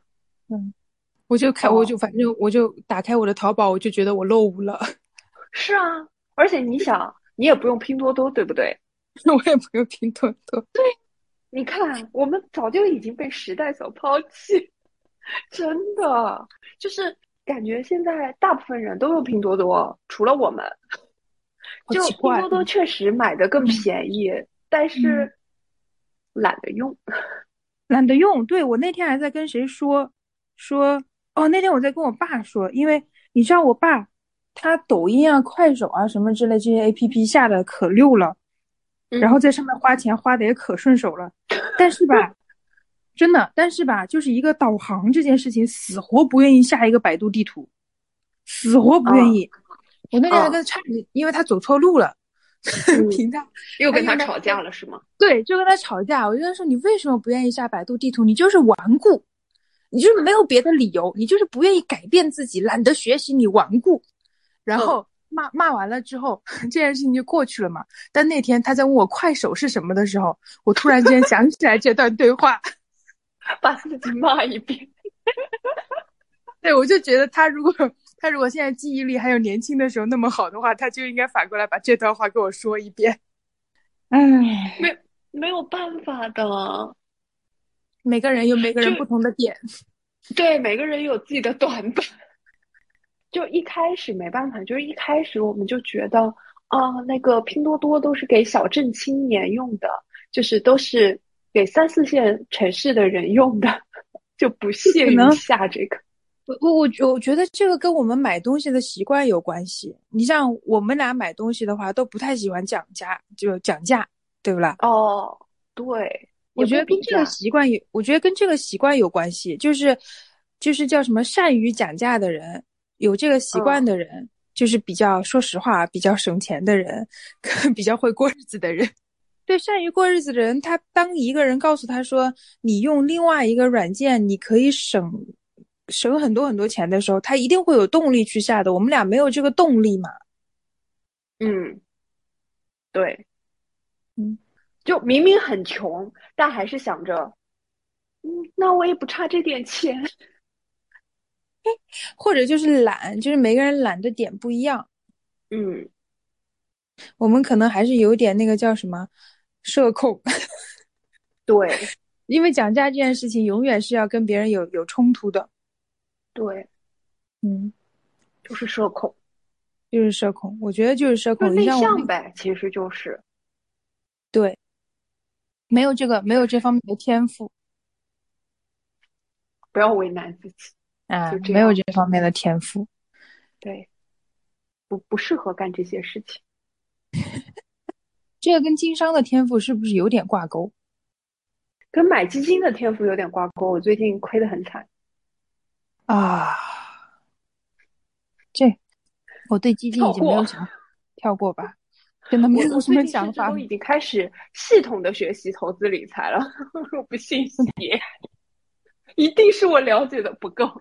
D: 我就开，我
C: 哦
D: 就反正我就打开我的淘宝，我就觉得我落伍了，
C: 是啊，而且你想，你也不用拼多多，对不对？
D: 我也不用拼多多，
C: 你看，我们早就已经被时代所抛弃， 真的，就是感觉现在大部分人都用拼多多，除了我们。
D: 好
C: 就
D: 奇
C: 拼
D: 怪啊嗯
C: 多，多确实买的更便宜，但是懒得用。
D: 懒得用。对，我那天还在跟谁说说哦，那天我在跟我爸说，因为你知道我爸他抖音啊、快手啊什么之类这些 APP 下的可溜了，
C: 嗯
D: 然后在上面花钱花的也可顺手了，但是吧，真的，但是吧，就是一个导航这件事情，死活不愿意下一个百度地图，死活不愿
C: 啊
D: 意。我那天还
C: 啊
D: 跟他差点，因为他走错路了，
C: 嗯
D: 凭他
C: 又跟
D: 哎
C: 他
D: 应该
C: 吵架了是吗？
D: 对，就跟他吵架。我就跟他说：“你为什么不愿意下百度地图？你就是顽固，你就是没有别的理由，你就是不愿意改变自己，懒得学习，你顽固。”然后骂骂完了之后， 这件事情就过去了嘛。但那天他在问我快手是什么的时候，我突然间想起来这段对话。
C: 把自己骂一遍。
D: 对，我就觉得他如果他如果现在记忆力还有年轻的时候那么好的话，他就应该反过来把这段话跟我说一遍。唉，
C: 没没有办法的，
D: 每个人有每个人
C: 就
D: 不同的点。
C: 对，每个人有自己的短板。就一开始没办法，就是一开始我们就觉得啊，那个拼多多都是给小镇青年用的，就是都是给三四线城市的人用的， 就不屑
D: 可
C: 于
D: 能
C: 下这个。
D: 我我我觉我觉得这个跟我们买东西的习惯有关系。你像我们俩买东西的话，都不太喜欢讲价，就讲价，对不啦？
C: 哦，对，
D: 我
C: 也
D: 觉
C: 不
D: 得跟
C: 比
D: 这个
C: 价
D: 习惯有，我觉得跟这个习惯有关系，就是就是叫什么善于讲价的人，有这个习惯
C: 嗯
D: 的人，就是比较说实话比较省钱的人，跟比较会过日子的人。对，善于过日子的人，他当一个人告诉他说你用另外一个软件，你可以省省很多很多钱的时候，他一定会有动力去下的。我们俩没有这个动力嘛？
C: 嗯，对，
D: 嗯，
C: 就明明很穷，但还是想着，嗯，那我也不差这点钱。
D: 或者就是懒，就是每个人懒的点不一样。
C: 嗯，
D: 我们可能还是有点那个叫什么社恐，
C: 对
D: 因为讲价这件事情永远是要跟别人有有冲突的。
C: 对，
D: 嗯，
C: 就是社恐，
D: 就是社恐，我觉得就是社
C: 就
D: 恐。哦
C: 内
D: 你像我
C: 向
D: 们
C: 呗，其实就是
D: 对，没有这个没有这方面的天赋
C: 不要为难自己，
D: 啊
C: 就，这
D: 没有
C: 样
D: 这方面的天赋。
C: 对，不不适合干这些事情。
D: 这个跟经商的天赋是不是有点挂钩？
C: 跟买基金的天赋有点挂钩，我最近亏得很惨。
D: 啊， 这我对基金
C: 跳
D: 已经没有
C: 过
D: 想 法，跳过吧，真的没
C: 我
D: 有
C: 我
D: 什
C: 最
D: 么
C: 近甚
D: 想
C: 至
D: 法
C: 都。已经开始系统的学习投资理财了， 我不信邪， 一定是我了解的不够。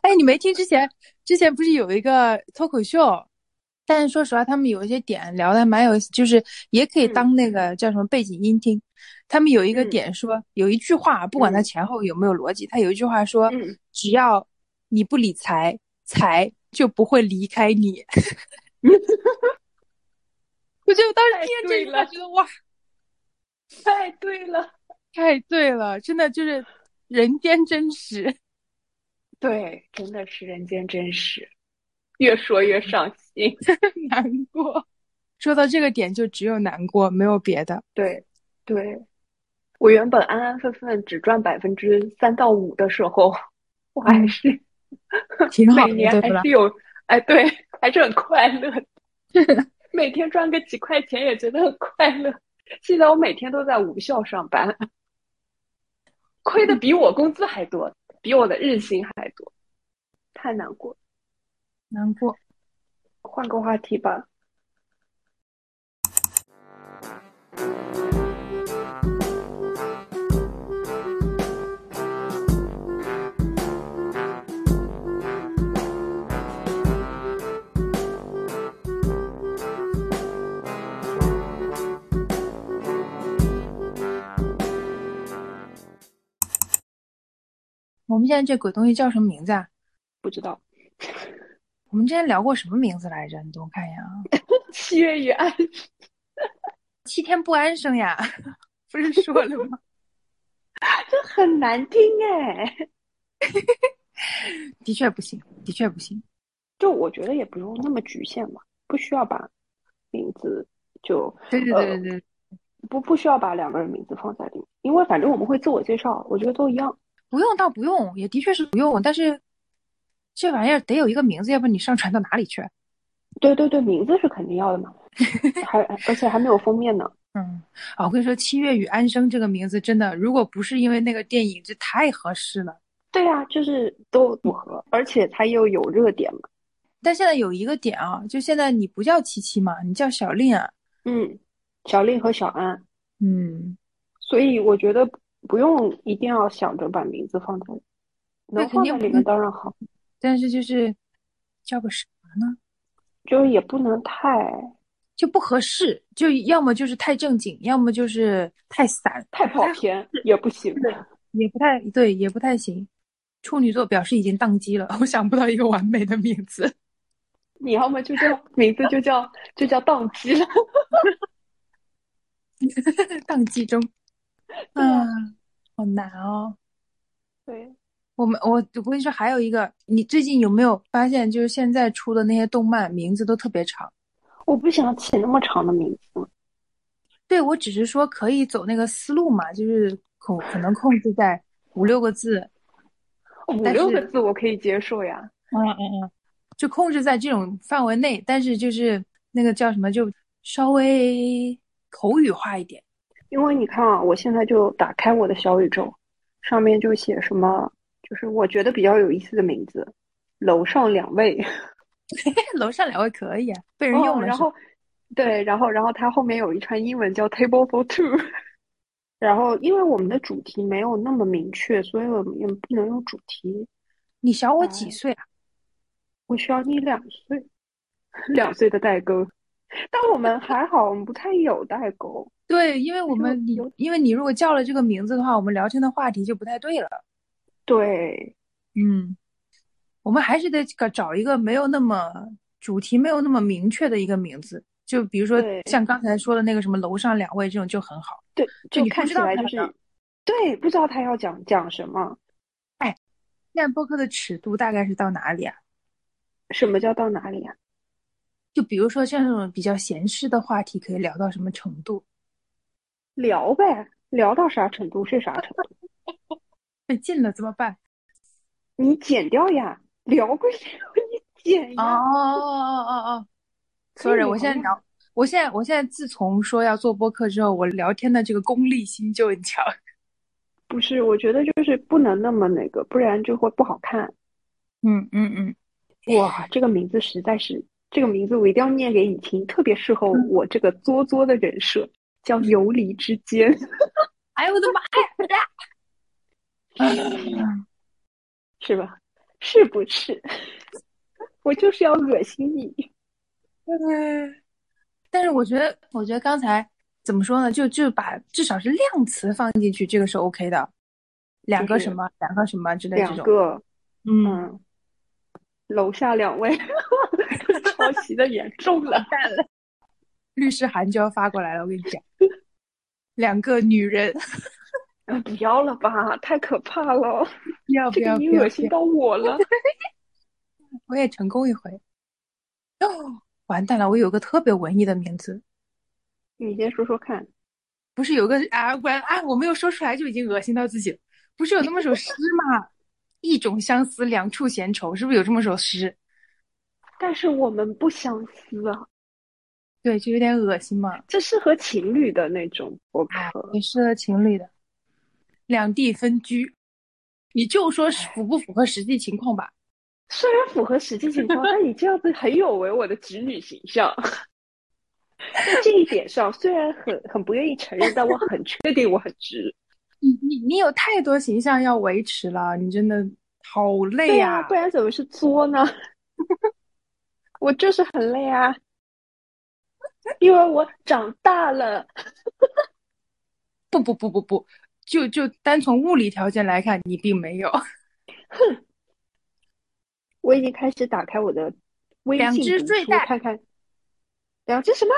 D: 哎，你没听之前，之前不是有一个脱口秀？但是说实话，他们有一些点聊的蛮有意思，就是也可以
C: 嗯
D: 当那个叫什么背景音听。他们有一个
C: 嗯
D: 点说，有一句话，不管它
C: 嗯
D: 前后有没有逻辑，他有一句话说，
C: 嗯，
D: 只要你不理财，财就不会离开 你。我觉得我当时
C: 太
D: 听见这句
C: 对
D: 话，
C: 了
D: 觉得哇，
C: 太对了，
D: 太对了，真的就是人间真实。
C: 对，真的是人间真实， 越说越伤心。
D: 难过。说到这个点，就只有难过，没有别的。
C: 对，对，我原本安安分分只赚百分之三到五的时候，我还
D: 嗯
C: 是
D: 挺好
C: 每
D: 的
C: 年
D: 对
C: 还
D: 不啦
C: 是有，哎，对，还是很快乐 的每天赚个几块钱也觉得很快乐。现在我每天都在无效上班，亏的比我工资还多，比我的日薪还多，太难过了。
D: 难过。
C: 换个话题吧。
D: 我们现在这鬼东西叫什么名字啊？
C: 不知道，
D: 我们之前聊过什么名字来着？你等我看一眼啊。
C: 七月与爱，
D: 七天不安生呀， 不是说了吗？
C: 这很难听哎。
D: 的确不行，的确不行。
C: 就我觉得也不用那么局限嘛，不需要把名字就
D: 对对对对对，
C: 不不需要把两个人名字放在里面，因为反正我们会自我介绍，我觉得都一样。
D: 不用倒不用，也的确是不用，但是这玩意儿得有一个名字，要不然你上传到哪里去？啊
C: 对对对，名字是肯定要的嘛， 还而且还没有封面呢。
D: 嗯，啊，我跟你说，《七月与安生》这个名字真的，如果不是因为那个电影，这太合适了。
C: 对啊，就是都符合，而且它又有热点嘛。
D: 但现在有一个点啊，就现在你不叫七七嘛，你叫小令啊。
C: 嗯，小令和小安，
D: 嗯，
C: 所以我觉得不用一定要想着把名字放在，能
D: 肯
C: 放
D: 定
C: 在
D: 不
C: 里面当然好，
D: 但是就是叫个啥呢？
C: 就是也不能太
D: 就不合适，就要么就是太正经，要么就是太散，
C: 太跑偏也不行。
D: 也不太对，也不太行。处女座表示已经宕机了，我想不到一个完美的名字。
C: 你要么就叫名字就叫就叫宕机了。
D: 宕机中，
C: 对啊
D: 嗯，好难哦。
C: 对，
D: 我们我我跟你说，还有一个，你最近有没有发现，就是现在出的那些动漫名字都特别长？
C: 我不想起那么长的名字。
D: 对，我只是说可以走那个思路嘛，就是可可能控制在五六个字，
C: 哦五
D: 但
C: 六
D: 是
C: 个字我可以接受呀。
D: 嗯嗯嗯，就控制在这种范围内，但是就是那个叫什么，就稍微口语化一点。
C: 因为你看啊，我现在就打开我的小宇宙，上面就写什么，就是我觉得比较有意思的名字，楼上两位，
D: 楼上两位可以啊，被人用
C: 哦
D: 了
C: 然
D: 是吧
C: 后，对，然后然后它后面有一串英文叫 table for two，然后因为我们的主题没有那么明确，所以我们也不能用主题。
D: 你小
C: 嗯
D: 我几岁啊？
C: 我需要你两 岁，两岁的代沟，但我们还好，我们不太有代沟。
D: 对，因为我
C: 就
D: 们你
C: 有
D: 因为你如果叫了这个名字的话，我们聊天的话题就不太对了。
C: 对，
D: 嗯，我们还是得搞找一个没有那么主题没有那么明确的一个名字，就比如说
C: 对
D: 像刚才说的那个什么楼上两位这种就很好。
C: 对，
D: 就
C: 就
D: 你不
C: 看
D: 知
C: 起
D: 道
C: 来
D: 他
C: 就
D: 要
C: 是，对，不知道他要讲讲什么。
D: 现在播客的尺度大概是到哪里啊？
C: 什么叫到哪里啊？
D: 就比如说像这种比较闲适的话题，可以聊到什么程度？
C: 聊呗，聊到啥程度是啥程度。
D: 被禁了怎么办？
C: 你剪掉呀，聊归聊，你剪
D: 哦
C: 呀。
D: 哦哦哦哦
C: 可以
D: ，sorry，我现在
C: 聊
D: 聊，我现在我现在自从说要做播客之后，我聊天的这个功利心就很强。
C: 不是，我觉得就是不能那么那个，不然就会不好看。
D: 嗯嗯嗯，
C: 哇，这个名字实在是，这个名字我一定要念给你听，特别适合
D: 嗯
C: 我这个作作的人设，叫游离之间。
D: 哎呦我的 妈！
C: 是吧？是不是？ 我就是要恶心你。
D: 嗯，但是我觉得，我觉得刚才怎么说呢？就就把至少是量词放进去，这个是 OK 的。两个
C: 就是
D: 什么，两个什么之类这
C: 两
D: 种。
C: 个，
D: 嗯，
C: 嗯，楼下两位 抄袭的严重了。
D: 律师函就要发过来了，我跟你讲。两个女人，
C: 啊不要了吧，太可怕了，
D: 不要不
C: 这个
D: 要不
C: 你
D: 要
C: 恶
D: 不
C: 心
D: 要！
C: 到我了。
D: 我也成功一回。哦，完蛋了，我有个特别文艺的名字，
C: 你先说说看，
D: 不是有个啊完啊，我没有说出来就已经恶心到自己了。不是有那么首诗吗？一种相思，两处闲愁，是不是有这么首诗？
C: 但是我们不相似啊，
D: 对，就有点恶心嘛。
C: 这适合情侣的那种博客。
D: 也适合情侣的，两地分居，你就说是符不符合实际情况吧。
C: 虽然符合实际情况，但你这样子很有违我的直女形象。在这一点上，虽然很很不愿意承认，但我很确定我很直。
D: 你你你有太多形象要维持了，你真的好累啊
C: 对呀、
D: 呀、
C: 不然怎么是作呢？ 我就是很累啊，因为我长大了。
D: 不不不不不，就就单从物理条件来看，你并没有
C: 我已经开始打开我的微
D: 两
C: 信
D: 只
C: 读
D: 睡
C: 书
D: 袋
C: 看看两只什么？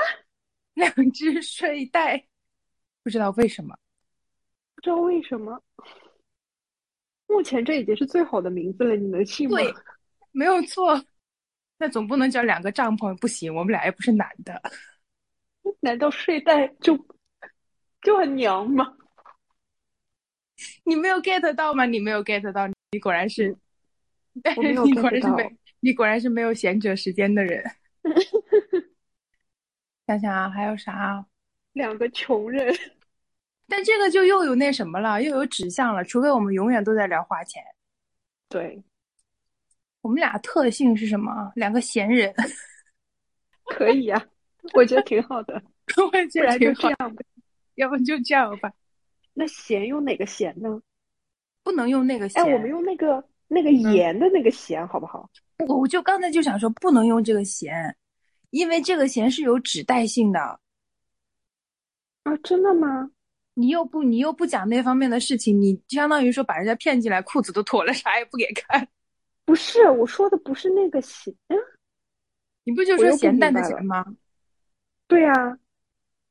D: 两只睡袋，不知道为什么。
C: 不知道为什么。目前这已经是最好的名字了，你能信吗？
D: 对，没有错。那总不能叫两个帐篷不行，我们俩又不是男的。
C: 难道睡袋就就很娘吗？
D: 你没有 get 到吗？你没有 get 到，你果然是，
C: 我没 有
D: 你果
C: get
D: 然是
C: 到
D: 没，你果然是没有闲着时间的 人。想想啊，还有啥啊？
C: 两个穷人，
D: 但这个就又有那什么了，又有指向了。除非我们永远都在聊花钱，
C: 对，
D: 我们俩特性是什么啊？两个闲人，
C: 可以啊，我觉得挺好 的，
D: 我也觉
C: 不
D: 得
C: 然就
D: 挺
C: 这
D: 好。
C: 样吧。
D: 要不就这样吧，
C: 那咸用哪个咸呢？
D: 不能用那个
C: 哎，
D: 闲。
C: 我们用那个那个盐的那个咸，好不好？
D: 我我就刚才就想说，不能用这个闲，因为这个闲是有指代性的。
C: 啊，真的吗？
D: 你又不你又不讲那方面的事情，你相当于说把人家骗进来，裤子都脱了，啥也不给看，
C: 不是，我说的不是那个咸。嗯，
D: 你不就
C: 我
D: 说
C: 又不
D: 咸蛋的
C: 明白
D: 咸吗？
C: 对啊，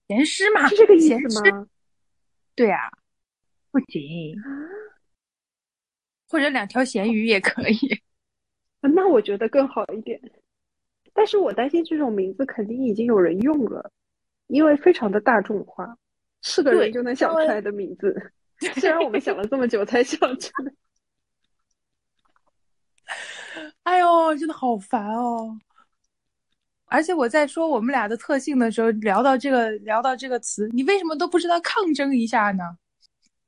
D: 咸湿嘛，
C: 是这个意
D: 咸
C: 思
D: 湿？
C: 吗？
D: 对啊，不行，或者两条咸鱼也可以。
C: 那我觉得更好一点。但是我担心这种名字肯定已经有人用了，因为非常的大众化，是个
D: 对
C: 人就能想
D: 稍微
C: 出来的名字。虽然我们想了这么久才想出来，
D: 哎呦，真的好烦哦！而且我在说我们俩的特性的时候，聊到这个聊到这个词，你为什么都不知道抗争一下呢？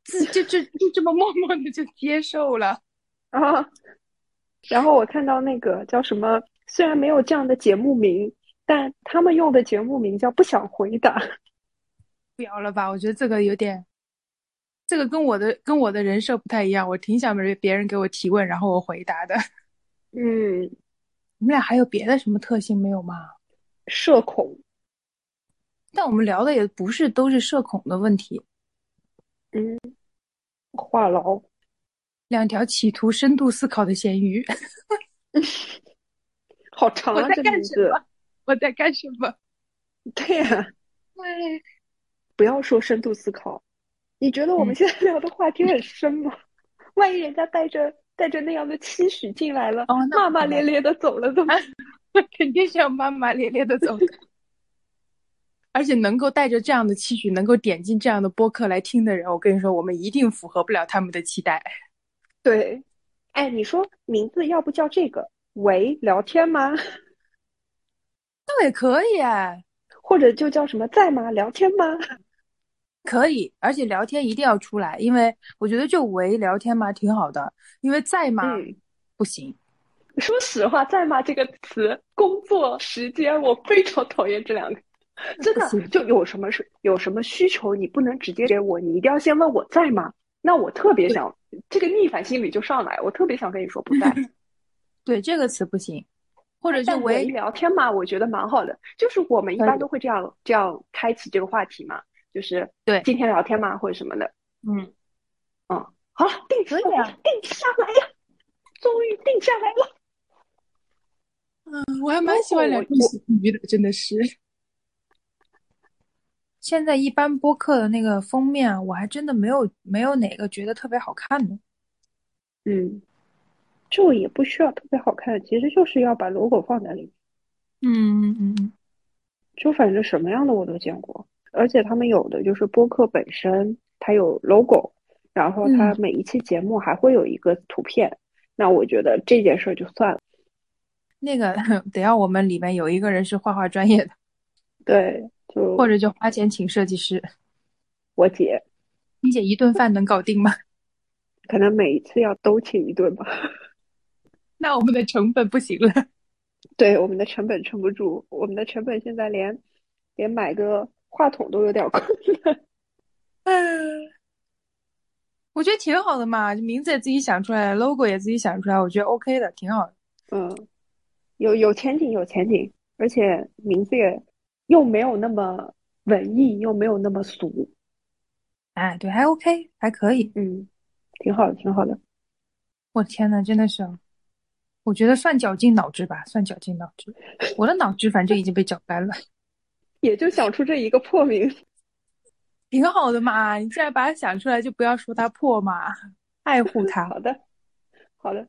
D: 自就就就这么默默的就接受了。
C: 啊。然后我看到那个叫什么，虽然没有这样的节目名，但他们用的节目名叫“不想回答
D: 不要了吧，我觉得这个有点，这个跟我的跟我的人设不太一样，我挺想别别人给我提问，然后我回答的。”。
C: 嗯，
D: 你们俩还有别的什么特性没有吗？
C: 社恐。
D: 但我们聊的也不是都是社恐的问题，
C: 嗯，话痨，
D: 两条企图深度思考的咸鱼，
C: 好长
D: 我
C: 啊，
D: 在
C: 这
D: 干
C: 名
D: 什
C: 字。
D: 么 我在干什么？
C: 对啊呀、
D: 对，
C: 不要说深度思考。你觉得我们
D: 嗯
C: 现在聊的话题很深吗？万一人家带着带着那样的期许进来了，
D: 哦那哎
C: 骂骂咧咧的走了，怎么？
D: 肯定是要骂骂咧咧的走的。而且能够带着这样的期许，能够点进这样的播客来听的人，我跟你说，我们一定符合不了他们的期待。
C: 对，哎，你说名字要不叫这个“喂聊天吗？
D: 倒也可以啊，
C: 或者就叫什么在吗？聊天吗？
D: 可以，而且聊天一定要出来，因为我觉得就唯聊天嘛挺好的，因为在嘛、
C: 嗯，
D: 不行。
C: 说实话，“在吗”这个词，工作时间我非常讨厌这两个。真的
D: 不行，
C: 就有什么是有什么需求，你不能直接给我，你一定要先问我在吗？那我特别想，这个逆反心理就上来，我特别想跟你说不 在。
D: 对，这个词不行，或者就
C: 但
D: 哎唯
C: 唯聊天嘛，我觉得蛮好的。就是我们一
D: 可以
C: 般都会这样这样开启这个话题嘛，就是
D: 对
C: 今天聊天嘛或者什么的。
D: 嗯，
C: 好了，定下
D: 可以
C: 来
D: 啊
C: 了，定下来了，终于定下来了。
D: 我还蛮喜欢聊天喜剧的，真的是。 现在一般播客的那个封面啊，我还真的没有没有哪个觉得特别好看的。
C: 嗯，就也不需要特别好看，其实就是要把 logo 放在里面。
D: 嗯嗯嗯，
C: 就反正什么样的我都见过，而且他们有的就是播客本身它有 logo，然后它
D: 嗯
C: 每一期节目还会有一个图片。那我觉得这件事儿就算了。
D: 那个 得要我们里面有一个人是画画专业的，
C: 对，就
D: 或者就花钱请设计师。
C: 我姐
D: 你姐一顿饭能搞定吗？
C: 可能每一次要都请一顿吧。
D: 那我们的成本不行了。
C: 对，我们的成本撑不住，我们的成本现在连连买个话筒都有点困难。
D: 我觉得挺好的嘛，名字也自己想出来，logo 也自己想出来，我觉得 OK 的，挺好的。
C: 嗯，有有前景，有前景，而且名字也又没有那么文艺，又没有那么俗。
D: 哎，对，还 OK，还可以。
C: 嗯，挺好的，挺好的。
D: 我天呐，真的是，我觉得算绞尽脑汁吧，算绞尽脑汁。我的脑汁反正已经被绞干了，
C: 也就想出这一个破名。
D: 挺好的嘛。你既然把它想出来，就不要说它破嘛，爱护它。
C: 好的，好的，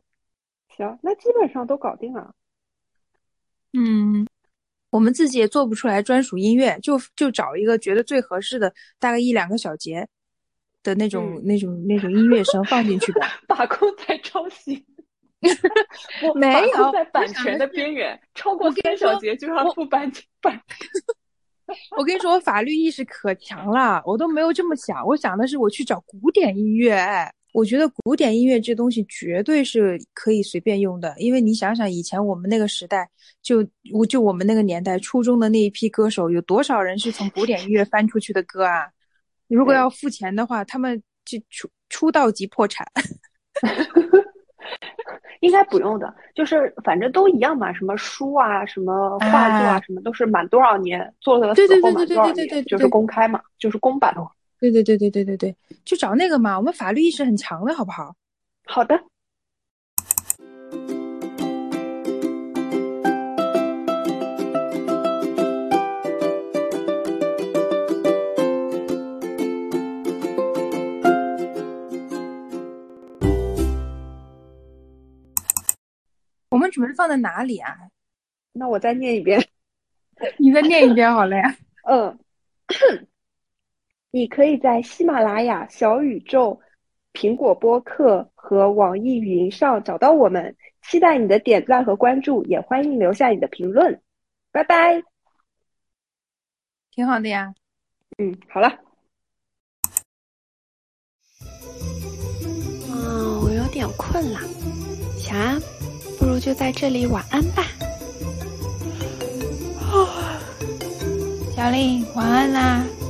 C: 行，那基本上都搞定了。
D: 嗯，我们自己也做不出来专属音乐，就就找一个觉得最合适的，大概一两个小节的那种、那种那种音乐声放进去吧。
C: 把控在抄 袭，我
D: 没
C: 把控
D: 有
C: 在
D: 我
C: 版
D: 想
C: 权
D: 的
C: 的边缘，超过
D: 我跟
C: 三
D: 你说
C: 小节就要
D: 我
C: 付版权版。
D: 我跟你说，我法律意识可强了，我都没有这么想。我想的是，我去找古典音乐。哎我觉得古典音乐这东西绝对是可以随便用的，因为你想想，以前我们那个时代，就我就我们那个年代，初中的那一批歌手，有多少人是从古典音乐翻出去的歌啊？如果要付钱的话，他们就出出道即破产。
C: 应该不用的，就是反正都一样嘛，什么书啊，什么画作啊，
D: 啊
C: 什么都是满多少年做的
D: 对对
C: 死后
D: 对
C: 满
D: 对
C: 多少
D: 对对
C: 年，
D: 对对
C: 就是公开嘛，就是公版。哦
D: 对对对对对对对，就找那个嘛，我们法律意识很强的好不好？
C: 好的，
D: 我们准备放在哪里啊？
C: 那我再念一遍。
D: 你再念一遍好了呀。
C: 嗯， 你可以在喜马拉雅、小宇宙、苹果播客和网易云上找到我们。期待你的点赞和关注，也欢迎留下你的评论。拜拜。
D: 挺好的呀。
C: 嗯，好了，
A: 嗯，我有点困了，小安，不如就在这里晚安吧。
B: 小丽，晚安啦。